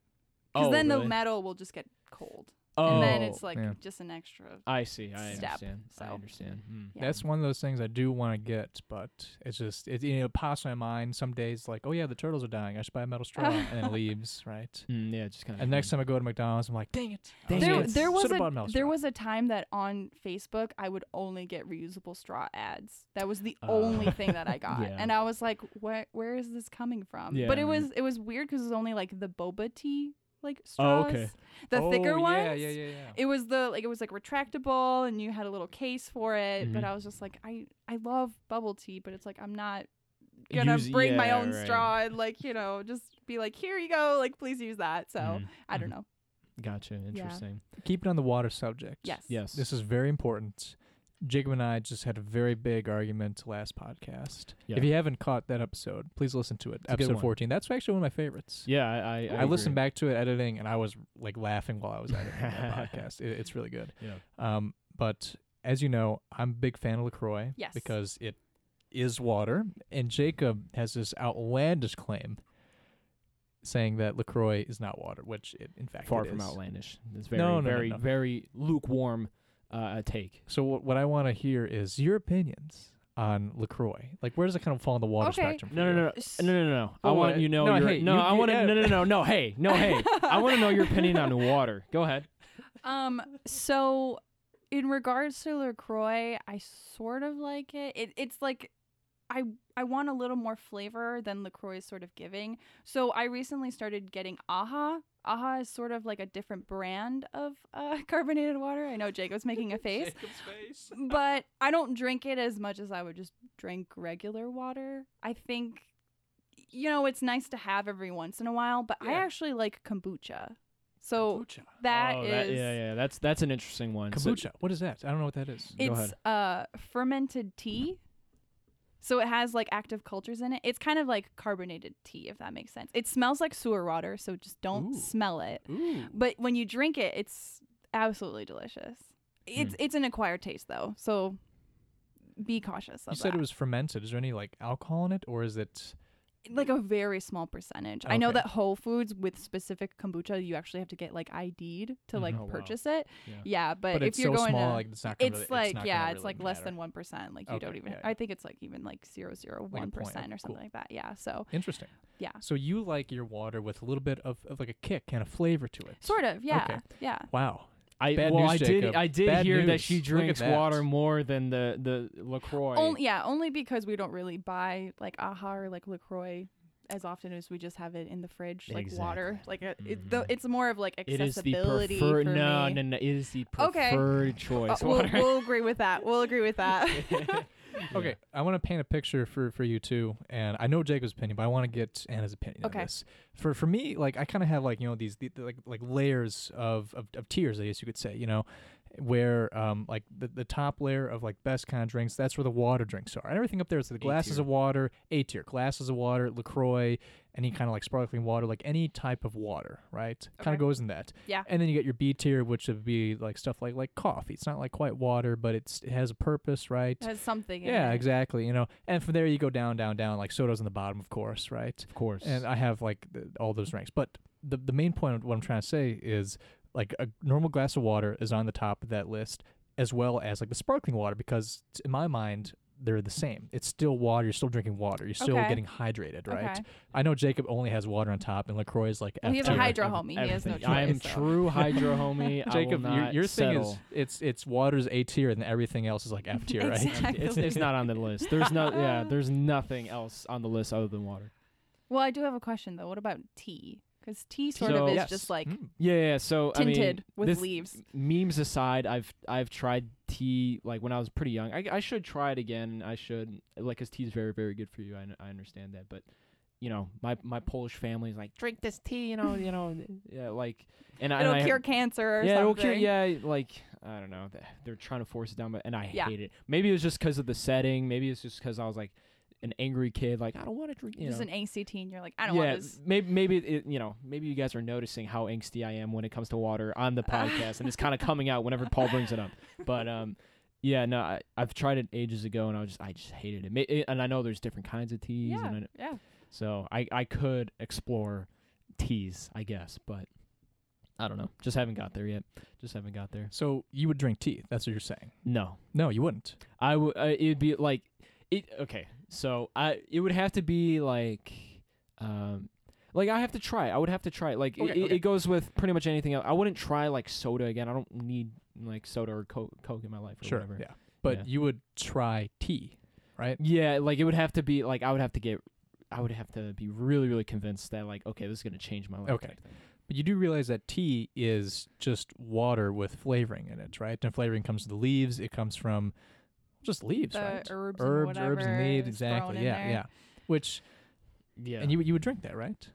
because Oh, then really? the metal will just get cold, Oh, and then it's like yeah. just an extra. I see. I step, understand. I so. understand. Mm. Yeah. Mm-hmm. That's one of those things I do want to get, but it's just it you know pops my mind some days like, oh yeah, the turtles are dying. I should buy a metal straw, and it leaves right. Mm, yeah, just kind of. And next time I go to McDonald's, I'm like, dang it, I Dang Mm-hmm. There, it. there was Should've bought a metal a there straw. was a time that on Facebook I would only get reusable straw ads. That was the Oh. only thing that I got, Yeah. and I was like, "Where where is this coming from?" Yeah, but I it mean- was it was weird because it was only like the boba tea like Oh, straws, okay. the thicker ones. Yeah, yeah, yeah, yeah. It was the like it was like retractable, and you had a little case for it. But Mhm. I was just like, I I love bubble tea, but it's like I'm not gonna Use- bring my yeah, own right. straw and like you know just be like, here you go, like please use that. So Mm, I don't mhm. know. Gotcha. Interesting. Keep it on the water subject. Yes. Yes. This is very important. Jacob and I just had a very big argument last podcast. Yeah. If you haven't caught that episode, please listen to it. a good episode one. 14. That's actually one of my favorites. Yeah, I. I, I, listened agree. back to it editing, and I was like laughing while I was editing that podcast. It, it's really good. Yeah. Um, but as you know, I'm a big fan of Lacroix. Yes. Because it is water, and Jacob has this outlandish claim saying that Lacroix is not water, which it in fact far it from is. outlandish. It's very, No, no, no, very, no. very lukewarm uh, take. So what what I want to hear is your opinions on Lacroix? Like, where does it kind of fall in the water Okay. spectrum? for No, no, you? no, S- no, no, no, no. I Well, want what- you know. no, your, hey, no, you- I you- want to. yeah. No, no, no, no, no. Hey, no, hey. I want to know your opinion on water. Go ahead. Um, so in regards to LaCroix, I sort of like it. it it's like I I want a little more flavor than LaCroix is sort of giving. So I recently started getting Aha. Aha is sort of like a different brand of uh, carbonated water. I know Jacob's making a face. but I don't drink it as much as I would just drink regular water. I think you know, it's nice to have every once in a while, but I Yeah. actually like kombucha. So kombucha. that is. oh, that, yeah, yeah. That's that's an interesting one. So- Kombucha. What is that? I don't know what that is. Go It's uh fermented tea. So it has like active cultures in it. It's kind of like carbonated tea, if that makes sense. It smells like sewer water, so just don't Ooh. smell it. Ooh. But when you drink it, it's absolutely delicious. Hmm. It's it's an acquired taste though, so be cautious. Of You said that. it was fermented. Is there any like alcohol in it, or is it? like a very small percentage. I know Okay. that Whole Foods with specific kombucha, you actually have to get like ID'd Mm-hmm. to like Oh, wow. purchase it. Yeah. Yeah, but, But if it's you're so going small, to, like it's not. Gonna it's really, like not yeah, gonna it's really like less matter. than one percent. Like you Okay, don't even. yeah, yeah. I think it's like even like zero zero one percent or okay, something cool. like that. Yeah, so one. Interesting. Yeah. So you like your water with a little bit of, of like a kick and a flavor to it. sort of yeah Okay. yeah. Wow. I Bad well, news, I did. Jacob. I did Bad hear that news. she Look at drinks that. water more than the the Lacroix. Only yeah, only because we don't really buy like Aha or like Lacroix as often as we just have it in the fridge like water. Like a, it, the, Mhm. it's more of like it is the accessibility preferred. for No, me. no, no. It is the Okay. preferred choice. Uh, we'll, water. we'll agree with that. We'll agree with that. Okay, I want to paint a picture for for you too, and I know Jacob's opinion, but I want to get Anna's opinion Okay. on this. For for me, like I kind of have like you know these the, the, like like layers of, of of tiers, I guess you could say, you know, where um like the, the top layer of like best kind of drinks, that's where the water drinks are, and everything up there is the glasses tier. of water, A tier, glasses of water, Lacroix, any kind of like sparkling water, like any type of water, right? Kind Okay. of goes in that. Yeah. And then you get your B tier, which would be like stuff like like coffee. It's not like quite water, but it's it has a purpose, right? It has something. in Yeah, it. exactly. You know, and from there you go down, down, down. Like soda's on the bottom, of course, right? Of course. And I have like the, all those ranks, but the the main point of what I'm trying to say is like a normal glass of water is on the top of that list, as well as like the sparkling water, because t- in my mind they're the same. It's still water. You're still drinking water. You're still Okay. getting hydrated, right? Okay. I know Jacob only has water on top, and Lacroix is like. Well, he F has a tier. hydro ev- homie. He has no everything. I am choice, so. true hydro homie. I will Jacob, your, not your thing settle. is it's it's water's A tier, and everything else is like F tier, right? Exactly. It's, it's not on the list. There's no yeah. There's nothing else on the list other than water. Well, I do have a question though. What about tea? Because tea sort of So- is Yes. just like Mm. Yeah, yeah. So I tinted mean, with this- leaves. Memes aside, I've I've tried tea like when I was pretty young. I, I should try it again. I should like because tea is very very good for you. I, kn- I understand that, but you know my my Polish family is like drink this tea. You know you know yeah like and I- and It'll I cure cancer or yeah, it'll something. cure- yeah, like I don't know, th- they're trying to force it down, but and I Yeah. hate it. Maybe it was just because of the setting. Maybe it's just because I was like an angry kid, like I don't want to drink. You Just know. an ACT, and you're like, I don't yeah, want this. maybe maybe it, you know maybe you guys are noticing how angsty I am when it comes to water on the podcast, and it's kind of coming out whenever Paul brings it up. But um, yeah, no, I, I've tried it ages ago, and I was just I just hated it. Ma- it- And I know there's different kinds of teas, Yeah, and I, yeah. so I I could explore teas, I guess, but I don't know. Just haven't got there yet. Just haven't got there. So you would drink tea. That's what you're saying. No, No, you wouldn't. I would. Uh, it'd be like it. Okay, so I it would have to be like, um, like I have to try. it. I would have to try. it. Like it- Okay, it, okay. it goes with pretty much anything else. I wouldn't try like soda again. I don't need like soda or coke, coke in my life or Sure. whatever. Yeah. But Yeah. you would try tea, right? Yeah, like it would have to be like I would have to get. I would have to be really, really convinced that like okay, this is gonna change my life. Okay. type thing. But you do realize that tea is just water with flavoring in it, right? And flavoring comes from the leaves. It comes from just leaves, The right? herbs, herbs, and herbs, whatever and leaves. is thrown Exactly. in Yeah, there. yeah. Which Yeah. and you you would drink that, right?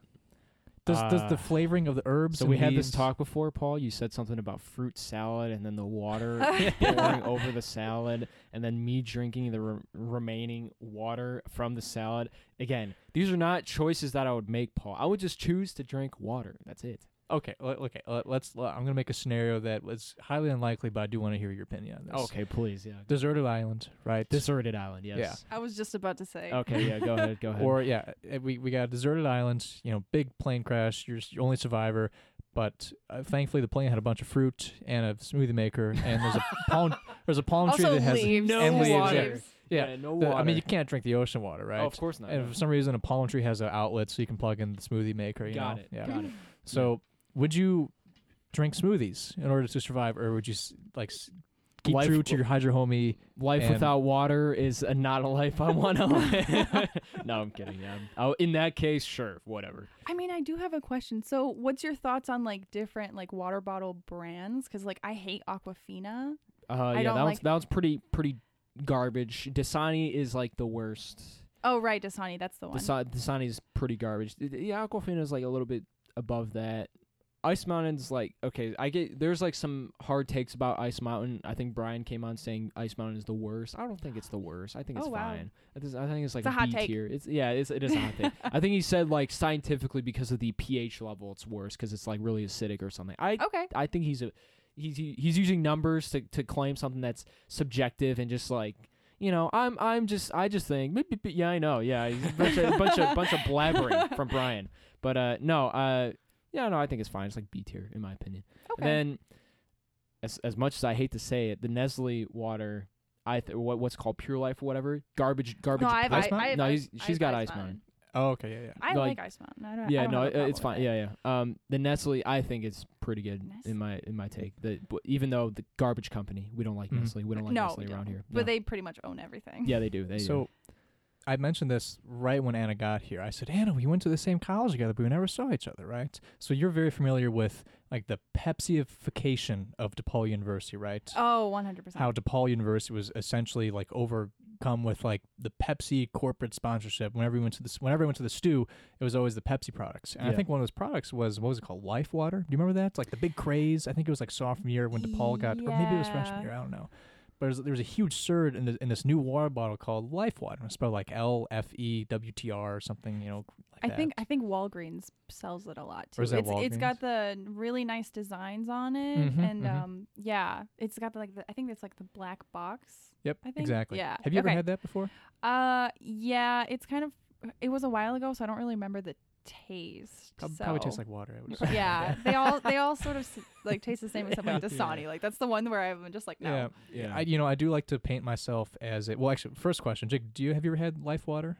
Does does Uh, the flavoring of the herbs? So and we had this leaves- talk before, Paul. You said something about fruit salad and then the water pouring over the salad and then me drinking the re- remaining water from the salad. Again, these are not choices that I would make, Paul. I would just choose to drink water. That's it. Okay, le- okay. le- Let's. le- I'm gonna make a scenario that was highly unlikely, but I do want to hear your opinion on this. Okay, please. Yeah. Deserted island, right? Deserted island, yes. I was just about to say. Okay, yeah, go ahead, go ahead. Or yeah, uh, we we got a deserted island. You know, big plane crash. You're s- your only survivor. But uh, thankfully, the plane had a bunch of fruit and a smoothie maker, and there's a palm there's a palm tree Also that has leaves. and No leaves. yeah. water. Yeah, no The- water. I mean, you can't drink the ocean water, right? oh, of course not. And no. for some reason, a palm tree has an outlet, so you can plug in the smoothie maker. You got know? it. Yeah. Got it. So, would you drink smoothies in order to survive, or would you s- like s- keep Life- true to your hydro homie? Life And- without water is a, not a life I want to live. no, I'm kidding. Yeah. Oh, in that case, sure, whatever. I mean, I do have a question. So, what's your thoughts on like different like water bottle brands? Because like I hate Aquafina. Uh, I yeah, don't that one's like- that one's pretty pretty garbage. Dasani is like the worst. Oh right, Dasani, that's the one. Dasa- Dasani is pretty garbage. Th- th- Yeah, Aquafina is like a little bit above that. Ice Mountain's like okay. I get there's like some hard takes about Ice Mountain. I think Brian came on saying Ice Mountain is the worst. I don't think it's the worst. I think it's Oh, wow. fine. I think, I think it's like It's a hot B take. tier. It's yeah, it's, it is a hot take. I think he said like scientifically because of the pH level, it's worse because it's like really acidic or something. I okay. I think he's a he's he's using numbers to, to claim something that's subjective and just like you know I'm I'm just I just think "Beep, beep, beep." yeah I know yeah he's a bunch of bunch of bunch of blabbering from Brian but uh no uh yeah no I think it's fine it's like B tier in my opinion Okay. and then as as much as I hate to say it the Nestle water I th- what what's called Pure Life or whatever garbage garbage no, I have, Ice I, Mountain? I have No, ice- he's- I she's have got Ice Ice Mountain. Oh, okay, yeah, yeah. I Like- like, Ice Mountain. I don't, I yeah, don't no, have a it- it's fine. problem with it. Yeah, yeah. Um, the Nestle, I think it's pretty good Nestle? in my in my take. The w- even though the garbage company, we don't like Mhm. Nestle. We don't like no, Nestle we around don't. here. But No. they pretty much own everything. yeah, they do. They So, I mentioned this right when Anna got here. I said, Anna, we went to the same college together, but we never saw each other, right? So you're very familiar with like the Pepsiification of DePaul University, right? Oh, 100%. How DePaul University was essentially like overcome with like the Pepsi corporate sponsorship. Whenever we went to this, whenever I went to the stew, it was always the Pepsi products. And I Yeah. think one of those products was what was it called? Life Water. Do you remember that? It's like the big craze. I think it was like sophomore year when DePaul got, or maybe it was freshman Yeah. year. I don't know. But there was, there was a huge surge in, the, in this new water bottle called Life Water. It's spelled like L F E W T R or something. You know, like I that. think I think Walgreens sells it a lot too. Or is that it's it's Walgreens? got the really nice designs on it, Mhm, and mhm. um, yeah, it's got the, like the, I think it's like the black box. Yep. I think- exactly. yeah, Have you okay. ever had that before? Uh, yeah, it's kind of it was a while ago, so I don't really remember the taste. Prob- Probably tastes so- like water. I would assume. yeah, they all they all sort of s- like taste the same except like Dasani. Like that's the one where I'm just like no. Yeah. yeah, I, you know, I do like to paint myself as a. Well, actually, first question, Jake, do you have you ever had life water?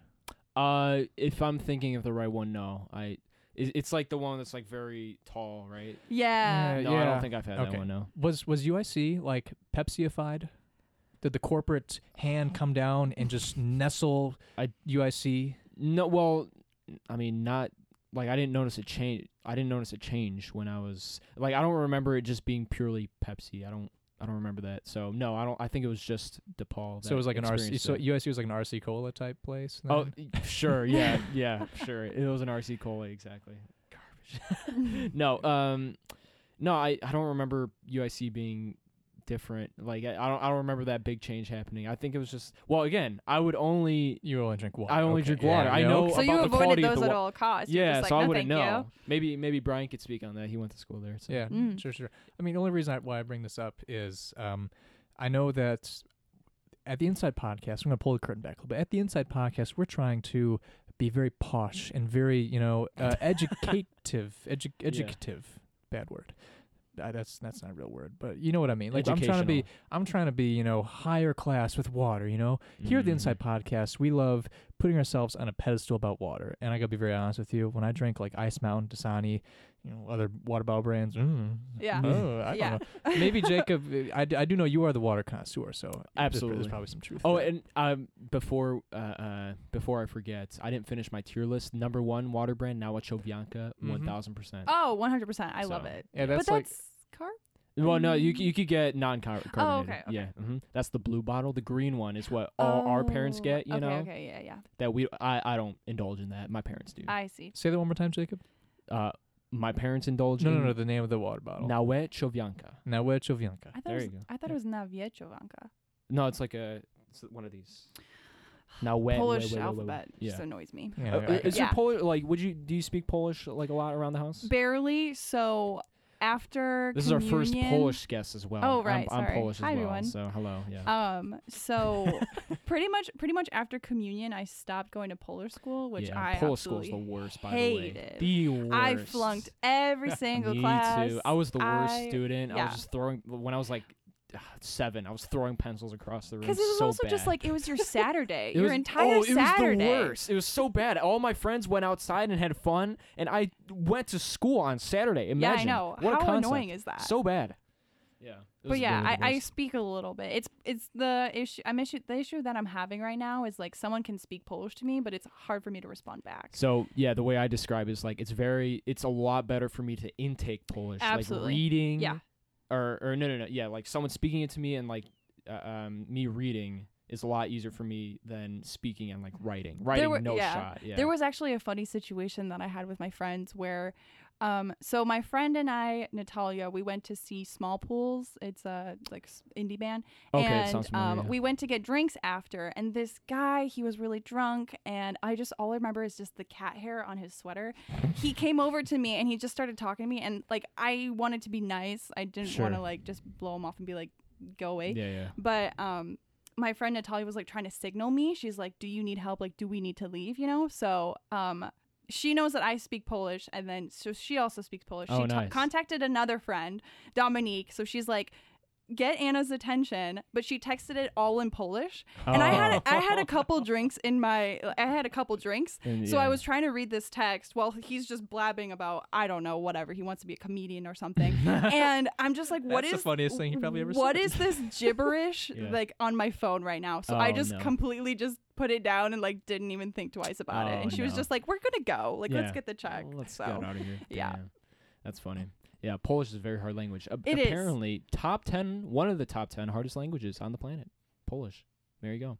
uh, if I'm thinking of the right one, no, I. it- It's like the one that's like very tall, right? Yeah. Uh, No, I yeah. don't think I've had Okay. that one. No. Was was UIC like Pepsiified? Did the corporate hand come down and just nestle I- UIC? No, well, I mean, not like I didn't notice a change. I didn't notice a change when I was like I don't remember it just being purely Pepsi. I don't. I don't remember that. So no, I don't. I think it was just DePaul. So that it was like an RC. experienced So it. UIC was like an RC cola type place. Oh, then? y- sure. Yeah, yeah, sure. It was an RC Cola, exactly. Garbage. no, um, no, I, I don't remember UIC being different. Like I, I don't I don't remember that big change happening. I think it was just well again I would only you only drink water. I only Okay, drink yeah, water. I yeah, know okay. So about you the quality avoided of those the at wa- all costs. You're yeah, just like, so I no, wouldn't thank you." know. Maybe maybe Brian could speak on that. He went to school there. So. Yeah, Mm. sure, sure. I mean, the only reason I, why I bring this up is um, I know that at the Inside Podcast, I'm going to pull the curtain back a little bit. At the Inside Podcast, we're trying to be very posh and very, you know, uh, educative, edu- educative, bad word. Uh, that's that's not a real word, but you know what I mean. Like I'm trying to be, I'm trying to be, you know, higher class with water. You know, here at the Mm. Inside Podcast, we love putting ourselves on a pedestal about water. And I gotta be very honest with you, when I drink like Ice Mountain, Dasani, you know, other water bottle brands, mm, Yeah. oh, I Yeah. don't know. Maybe Jacob, I, d- I do know you are the water connoisseur, so there's pr- Absolutely. there's probably some truth. Oh, there. and um, before uh, uh, before I forget, I didn't finish my tier list. Number one water brand Nawachobianca, Mhm. one thousand percent. Oh, 100%. I love So, it. yeah, that's but like that's car. Well, no, you c- you could get non carbonated. Um, Oh, okay, okay. Yeah, hmm that's the blue bottle. The green one is what all our parents Oh, get. You okay, know Okay, yeah, yeah. that we I, I don't indulge in that. My parents do. I see. say that one more time, Jacob. uh, my parents indulge. No, in no, no, the name of the water bottle. Now, Nawachobianca. Nawechovianka. I thought There it was, you go. I thought it was Nawieczowanka. No, it's like a it's one of these. Nawe Polish alphabet Yeah. just annoys me. Yeah, Uh, I- I- is Yeah. your Polish like? Would you do you speak Polish like a lot around the house? Barely. So after This is our first communion- Polish guest as well. Oh, I'm- right, I'm, sorry. Polish as Hi, well. everyone. So hello. Yeah. Um. So pretty much, pretty much after communion, I stopped going to Polish school, which yeah, I Polish school is the absolutely worst. By the way, hated. the worst. I flunked every single Me class. too. I was the worst I- student. I yeah. was just throwing when I was like ah, seven. I was throwing pencils across the room. Because it was so also just bad. like it was your Saturday, It your was- entire oh, it Saturday. was the worst. It was so bad. All my friends went outside and had fun, and I went to school on Saturday. Yeah, Imagine I know. What a How concept. annoying is that? So bad. Yeah. but yeah, I, I speak a little bit. It's it's the issue. I'm issue the issue that I'm having right now is like someone can speak Polish to me, but it's hard for me to respond back. So yeah, the way I describe it is like it's very, it's a lot better for me to intake Polish, Absolutely. like reading. Yeah. Or or no no no yeah like someone speaking it to me and like uh, um me reading is a lot easier for me than speaking and like writing. Writing were- no yeah. shot. Yeah. There was actually a funny situation that I had with my friends where, um, so my friend and I, Natalia, we went to see Small Pools. It's a like s- indie band, Okay, it and sounds familiar, um, yeah. we went to get drinks after. And this guy, he was really drunk, and I just all I remember is just the cat hair on his sweater. he came over to me and he just started talking to me, and like I wanted to be nice. I didn't want to Sure. like just blow him off and be like, go away. yeah yeah. But um my friend Natalia was like trying to signal me. She's like, "Do you need help? Like, do we need to leave?" You know? So, um she knows that I speak Polish and then so she also speaks Polish. Oh, she ta- nice. contacted another friend, Dominique. So she's like, "Get Anna's attention," but she texted it all in Polish. And I had a, I had Oh. a couple drinks in my I had a couple drinks. And, So I Oh. yeah. was trying to read this text while he's just blabbing about I don't know whatever he wants to be a comedian or something, and I'm just like, what is That's the funniest thing you probably ever What said. is this gibberish Yeah. like on my phone right now? So I Oh, just no. completely just put it down and like didn't even think twice about it. Oh, And she was no. just like, we're gonna go, like let's Yeah. get the check. Well, let's so get out of here. yeah. Damn. That's funny. Yeah, Polish is a very hard language. A- It is. apparently, top 10, one of the top 10 hardest languages on the planet. Polish. There you go.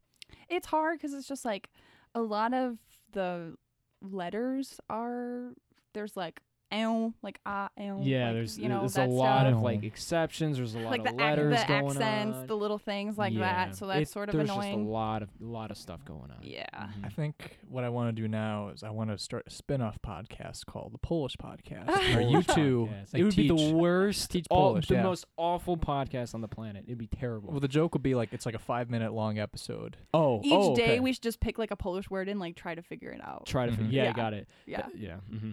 it's hard because it's just like a lot of the letters are there's like ow like ah ow yeah, like, there's you know there's that a lot stuff. of like exceptions. There's a lot like of the, ac- letters the going accents on. the little things like Yeah. that so that's It- sort of there's just annoying a lot of lot of stuff going on. yeah I Mhm. think what I want to do now is I want to start a spin-off podcast called the Polish Podcast, where you Polish two podcast. like, it would be teach- the worst, teach all- Polish, the yeah. most awful podcast on the planet. It'd be terrible. Well, the joke would be like it's like a five-minute long episode. oh, each oh, day okay. we should just pick like a polish word and like try to figure it out try to. fi- Mhm. yeah, Yeah. I got it. yeah Th- yeah. hmm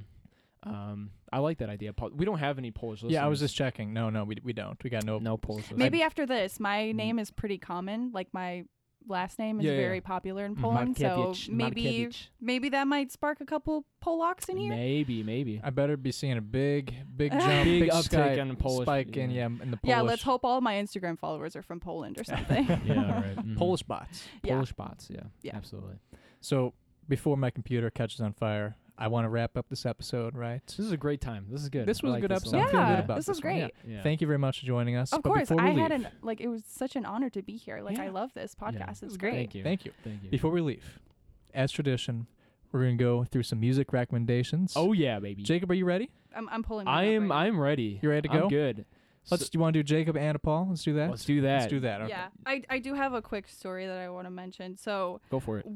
Um, I like that idea. Pol- We don't have any Polish listeners. Yeah, I was just checking. No, no, we we don't. We got no. no Polish. Listeners. maybe after this my name is pretty common like my last name is Yeah, yeah, very yeah. popular in Mhm. poland so Markiewicz, maybe Markiewicz. maybe that might spark a couple polacks in here Maybe, maybe. I better be seeing a big, big Big jump, big, uptick sky- in Polish- spike in yeah yeah. in the Polish. yeah let's hope all my instagram followers are from poland or something Yeah, right. Mhm. Polish bots. Yeah. Polish bots. Yeah, Yeah. absolutely. So before my computer catches on fire, I want to wrap up this episode, right? This is a great time. This is good. This I was a like good this episode. lot. I'm feeling good Yeah, about this was one. great. Yeah, yeah. Thank you very much for joining us. Of But course, before we I leave, had an like it was such an honor to be here. Like I Yeah. love this podcast. Yeah. It's great. Thank you. Thank you. Thank you. Before we leave, as tradition, we're gonna go through some music recommendations. oh yeah, baby. Jacob, are you ready? I'm I'm pulling. I mine up am. right I'm ready. You ready to I'm go? good. Let's. So- do you want to do Jacob and Paul? Let's do that. let's do that. Let's do that. now. Okay. Yeah, I I do have a quick story that I want to mention. So, Go for it.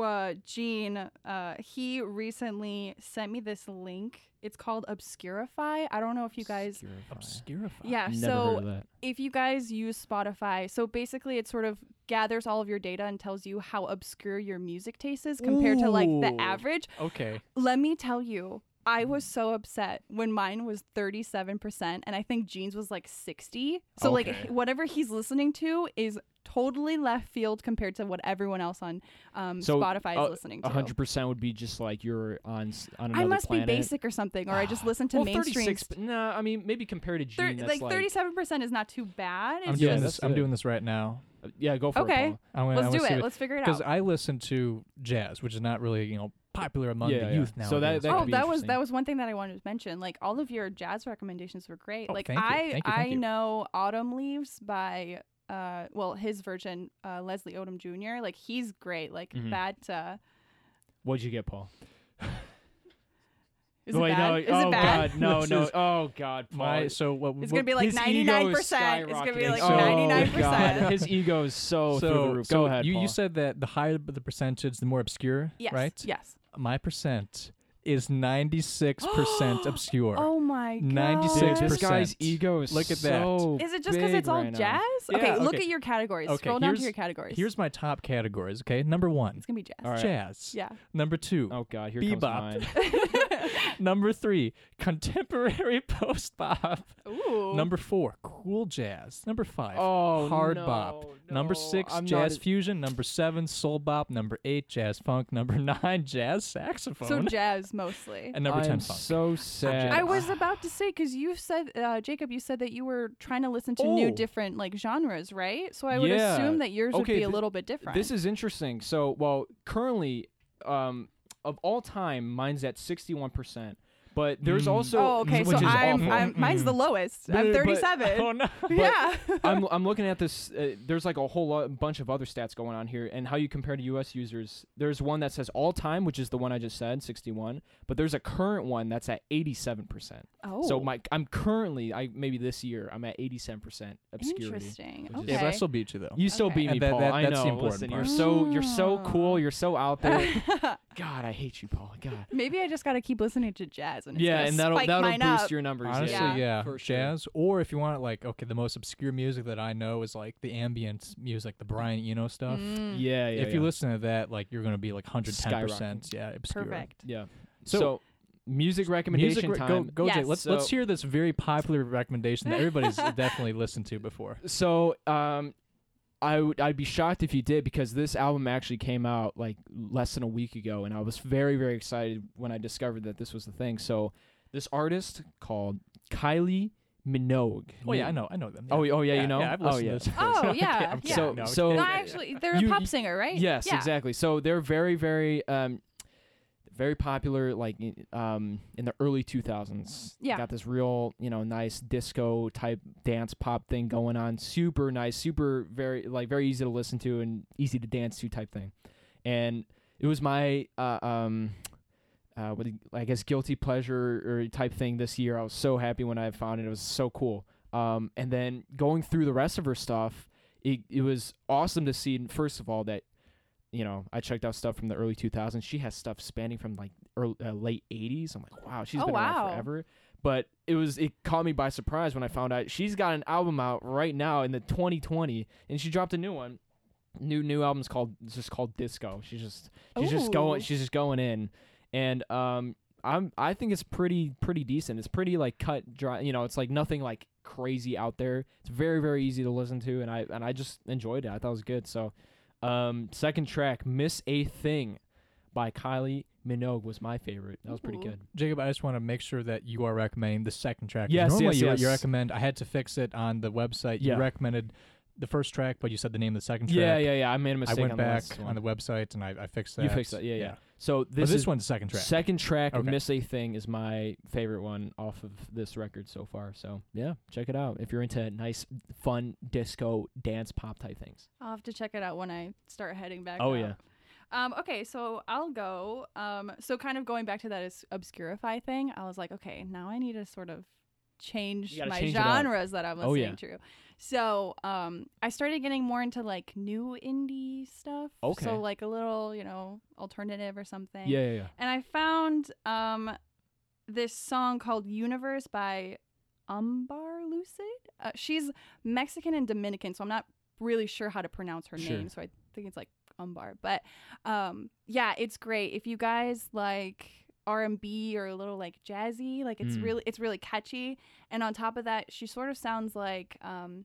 uh, Gene, uh, he recently sent me this link. It's called Obscurify. I don't know if you guys. Obscurify. Obscurify. Yeah. Never so heard of that. if you guys use Spotify, so basically it sort of gathers all of your data and tells you how obscure your music taste is compared to like the Ooh. average. Okay. Let me tell you, Mm. I was so upset when mine was 37% and I think Jeans was like 60. So like Okay. whatever he's listening to is totally left field compared to what everyone else on um, So, Spotify is uh, listening to. A hundred percent would be just like you're on s- on another I must planet. Ah. be basic or something or I just listen to well, mainstream. 36. No, I mean maybe compared to Thir- Gene, that's like 37% is not too bad. I'm It's doing Yeah, this. that's I'm good. doing this right now. Uh, Yeah, go for Okay. it. Paul. I'm gonna, Let's I'm do gonna see it. what- Let's figure it because out. I listen to jazz, which is not really you know popular among Yeah, the yeah. youth now. So that- that oh, could be that was interesting. that was one thing that I wanted to mention. Like all of your jazz recommendations were great. Oh, like thank you. I Thank you, thank I you. know Autumn Leaves by uh well his version uh Leslie Odom Jr. Like he's great. Like Mm-hmm. Mhm. that uh What'd you get, Paul? is it Wait, bad? no. is oh it bad? God, no, This no. is- Oh God, Paul. my so what It's what- gonna be like His ninety nine ego is percent. It's gonna be skyrocketing. Oh, like Oh, ninety nine God. percent. His ego is so, so, through the roof. so Go ahead, you, you Paul. said that the higher the percentage, the more obscure, Yes. right? Yes. My percent is 96% obscure. Oh my god. 96%. Dude, this guy's 6%. ego is Look at that. so Is it just because big it's all right now. jazz? Yeah, okay, look okay. at your categories. Okay, Scroll down to here's- your categories. Here's my top categories, okay? Number one, it's gonna be jazz. All right. jazz. Yeah. Number two, Oh God, here Bebop. comes mine. number three, contemporary post pop. Ooh. Number four, cool jazz. Number five, Oh, hard no, bop. Number no, 6 I'm not jazz a- fusion. Number seven, soul bop. Number eight, jazz funk. Number nine, jazz saxophone. So jazz mostly. and number I ten, am funk. so sad. I was about to say because you said, uh, Jacob, you said that you were trying to listen to new Oh. different like genres, right? So I would Yeah. assume that yours would Okay, be a thi- little bit different. This is interesting. So, well, currently, um, of all time, mine's at sixty-one percent. But there's Mm. also oh, okay. which So is I'm, awful. I'm mine's the lowest. Mm. But- I'm but- 37. oh no! yeah. I'm I'm looking at this. Uh, there's like a whole lot, bunch of other stats going on here, and how you compare to U.S. users. There's one that says all time, which is the one I just said, 61. But there's a current one that's at 87 percent. oh. So my I'm currently I maybe this year I'm at 87 percent obscurity. interesting. which is- Okay. Yeah, but I still beat you though. You still Okay. Ah. beat me, And that- Paul. that- I that's the know. important Listen, part. you're so you're so cool. You're so out there. God, I hate you, Paul. God. Maybe I just got to keep listening to jazz and it's Yeah, gonna and that'll spike that'll mine boost up. your numbers. Honestly, yeah. yeah, For sure. jazz. Or if you want like okay, the most obscure music that I know is like the ambient music, the Brian Eno stuff. Mm, Yeah, yeah. if you yeah. listen to that, like you're gonna be like 110 percent. Skyrocketing. Yeah, obscure. Perfect. yeah. So- So, music recommendation Music, re- time. go, go, Jay. Yes. Let's let's So- hear this very popular recommendation that everybody's definitely listened to before. So, um, I would I'd be shocked if you did because this album actually came out like less than a week ago, and I was very very excited when I discovered that this was the thing. So, this artist called Kylie Minogue. Oh yeah, I know, I know them. Oh, oh yeah, you know. Yeah, I've oh listened yeah. to this. Oh, Okay, yeah, I'm kidding. yeah. So- No, I'm so- kidding. No, Yeah. actually, they're a Oh, You- pop you- singer, right? Yes, yeah. exactly. So they're very, very, um, very popular. Like i- um, in the early two thousands. Yeah. Got this real, you know, nice disco type dance pop thing going on. Super nice, super very like very easy to listen to and easy to dance to type thing. And it was my uh, um. Uh, what do you- I guess guilty pleasure or type thing this year. I was so happy when I found it. It was so cool. Um, and then going through the rest of her stuff, it, it was awesome to see. First of all, that you know, I checked out stuff from the early 2000s. She has stuff spanning from like early, uh, late 80s. I'm like, wow, she's Oh, been around wow. forever. But it was it caught me by surprise when I found out she's got an album out right now in the 2020, and she dropped a new one. New new album's called it's just called Disco. She's just she's just Ooh. going she's just going in, and um I'm I think it's pretty pretty decent. It's pretty like cut dry. You know, it's like nothing like crazy out there. It's very very easy to listen to, and I and I just enjoyed it. I thought it was good. So um, second track, Miss a Thing by Kylie Minogue was my favorite. That was pretty Ooh. good. Jacob, I just want to make sure that you are recommending the second track. 'cause Yes, normally yes, you, you yes. recommend. I had to fix it on the website. Yeah. You recommended the first track, but you said the name of the second track. Yeah, yeah, yeah. I made a I mistake went on the back last on one. the website and I, I fixed that. You fixed that. Yeah, yeah. So This, this, but this is one's the second track. second track, Okay. Miss a Thing is my favorite one off of this record so far. So yeah, check it out if you're into nice, fun disco dance pop type things. I'll have to check it out when I start heading back. Oh, up. yeah. Um, okay, so I'll go. Um, so kind of going back to that is obscurify thing, I was like, okay, now I need to sort of change You gotta my change it up. genres that I'm listening Oh, to. So um, I started getting more into like new indie stuff. Okay. So like a little, you know, alternative or something. Yeah, yeah, yeah. And I found um, this song called Universe by Umbar Lucid. Uh, she's Mexican and Dominican, so I'm not really sure how to pronounce her Sure. name. So I think it's like Umbar. But um, yeah, it's great. If you guys like R&B or a little like jazzy, like it's Mm. really it's really catchy. And on top of that, she sort of sounds like um,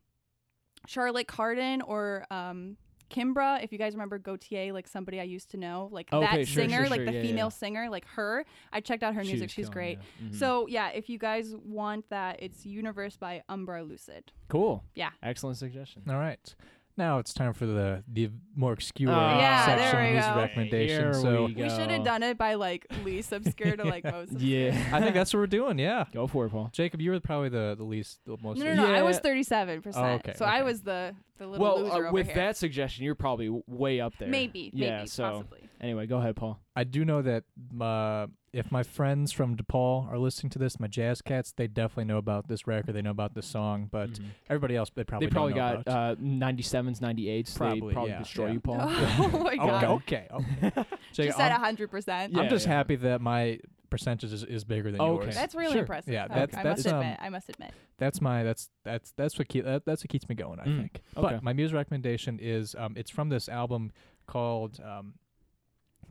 Charlotte Cardin or um, Kimbra, if you guys remember Gautier, like somebody I used to know, like Okay, that sure, singer, sure, like sure, the yeah, female yeah. singer, like her. I checked out her She music; was she's killing great. it, yeah. Mhm. So yeah, if you guys want that, it's Universe by Umbra Lucid. cool. Yeah. Excellent suggestion. All right. Now it's time for the the more obscure Ah, Yeah, section there of we music go. recommendation. Here so we, We should have go. done it by like least obscure to like most. Obscure. Yeah, I think that's what we're doing. Yeah. go for it, Paul. Jacob, you were probably the, the least, the most. No, no, no. I was Yeah. thirty-seven percent, Oh, okay, so I okay. was the the little Well, loser uh, over with here. that suggestion, you're probably w- way up there. maybe, Yeah, maybe, so possibly. anyway, go ahead, Paul. I do know that uh, if my friends from DePaul are listening to this, my jazz cats, they definitely know about this record. They know about this song, but Mhm. everybody else, they probably they probably don't know got about. uh, 97s, 98s. Probably, they probably yeah, destroy yeah. you, Paul. Oh my god! okay, okay, okay. She Jacob, said I'm, hundred percent. I'm Yeah, just yeah. happy that my percentage is, is bigger than Okay. yours. That's really Sure. impressive. Yeah, I- that's- I, that's, must admit. um, I must admit. That's my that's that's that's what keep that, that's what keeps me going. I Mm, think. okay. But my music recommendation is um, it's from this album called um,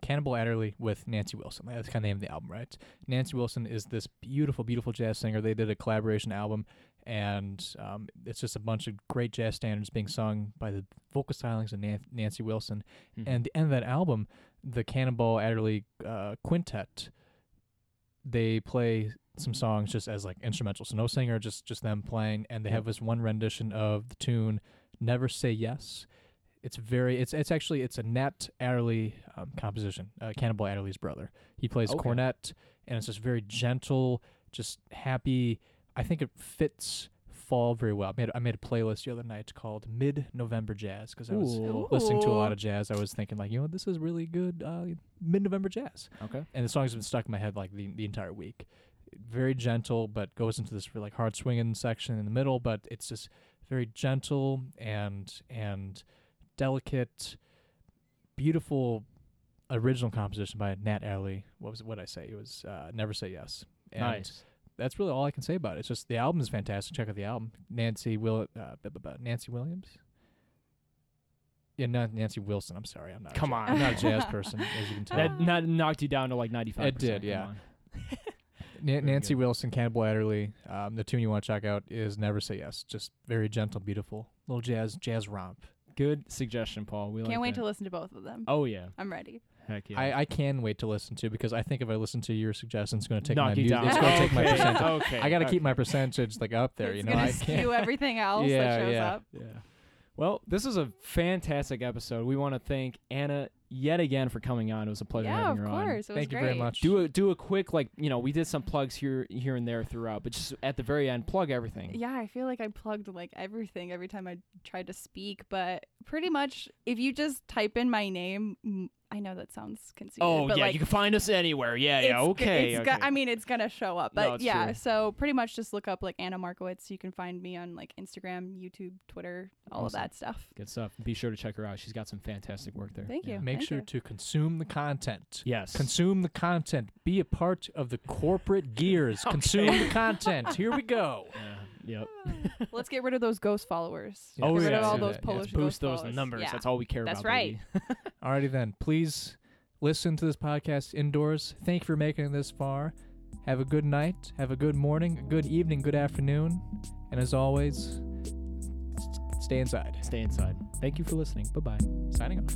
Cannibal Adderley with Nancy Wilson. That's kind of the name of the album, right? Nancy Wilson is this beautiful, beautiful jazz singer. They did a collaboration album, and um, it's just a bunch of great jazz standards being sung by the vocal stylings of Nan- Nancy Wilson. Mhm. And the end of that album, the Cannonball Adderley uh, Quintet, they play some songs just as like instrumental, so no singer, just just them playing, and they have this one rendition of the tune "Never Say Yes." It's very, it's it's actually it's a Nat Adderley um, composition, uh, Cannonball Adderley's brother. He plays Okay. cornet, and it's just very gentle, just happy. I think it fits fall very well. I made I made a playlist the other night called Mid November Jazz because I was Ooh. listening to a lot Ooh. of jazz. I was thinking like, you know, this is really good uh, mid November jazz, Okay. and the song's been stuck in my head like the the entire week. Very gentle, but goes into this really, like hard swinging section in the middle, but it's just very gentle and and delicate, beautiful original composition by Nat Alley. What was what I say? It was uh, Never Say Yes. And nice. that's really all I can say about it. It's just the album is fantastic. Check out the album. Nancy Will uh, bu- bu- bu- Nancy Williams. Yeah, not Nancy Wilson. I'm sorry. I'm not. a Come ja- on. I'm not a jazz person, as you can tell. Ah. That not knocked you down to like ninety five. It did, yeah. very Nan Nancy good. Wilson, Cannibal Adderley. Um, the tune you want to check out is "Never Say Yes." Just very gentle, beautiful little jazz jazz romp. Good suggestion, Paul. We Can't like wait that. to listen to both of them. Oh yeah. I'm ready. Heck yeah. I, I can wait to listen to because I think if I listen to your suggestion, it's going to take Knock my you mu- down. it's going to take my Okay, percentage. Okay. I got to okay. keep my percentage like up there. it's you know, gonna I skew can't. everything else Yeah, that shows yeah. up. Yeah. Well, this is a fantastic episode. We want to thank Anna yet again for coming on. It was a pleasure yeah, having of her on. course. It was Thank you great. very much. Do a do a quick like you know we did some plugs here here and there throughout, but just at the very end plug everything. Yeah, I feel like I plugged like everything every time I tried to speak, but pretty much if you just type in my name, m- I know that sounds conceited. Oh but yeah, like, you can find us anywhere. Yeah, yeah. it's go- Okay. it's okay. go- I mean, it's gonna show up, No, but it's yeah. true. So pretty much just look up like Anna Markowitz. You can find me on like Instagram, YouTube, Twitter, Awesome. all of that stuff. Good stuff. Be sure to check her out. She's got some fantastic work there. Thank Yeah. you. Make Thank sure you. to consume the content. Yes. Consume the content. Be a part of the corporate gears. Consume the content. Here we go. Yeah, yep. Let's get rid of those ghost followers. Yeah. Oh, get rid of yeah, all do those that, yeah. Polish Boost ghost those followers. numbers. Yeah. That's all we care That's about. baby. Alrighty then. Please listen to this podcast indoors. Thank you for making it this far. Have a good night. Have a good morning. Good evening. Good afternoon. And as always, s- stay inside. Stay inside. Thank you for listening. Bye bye. Signing off.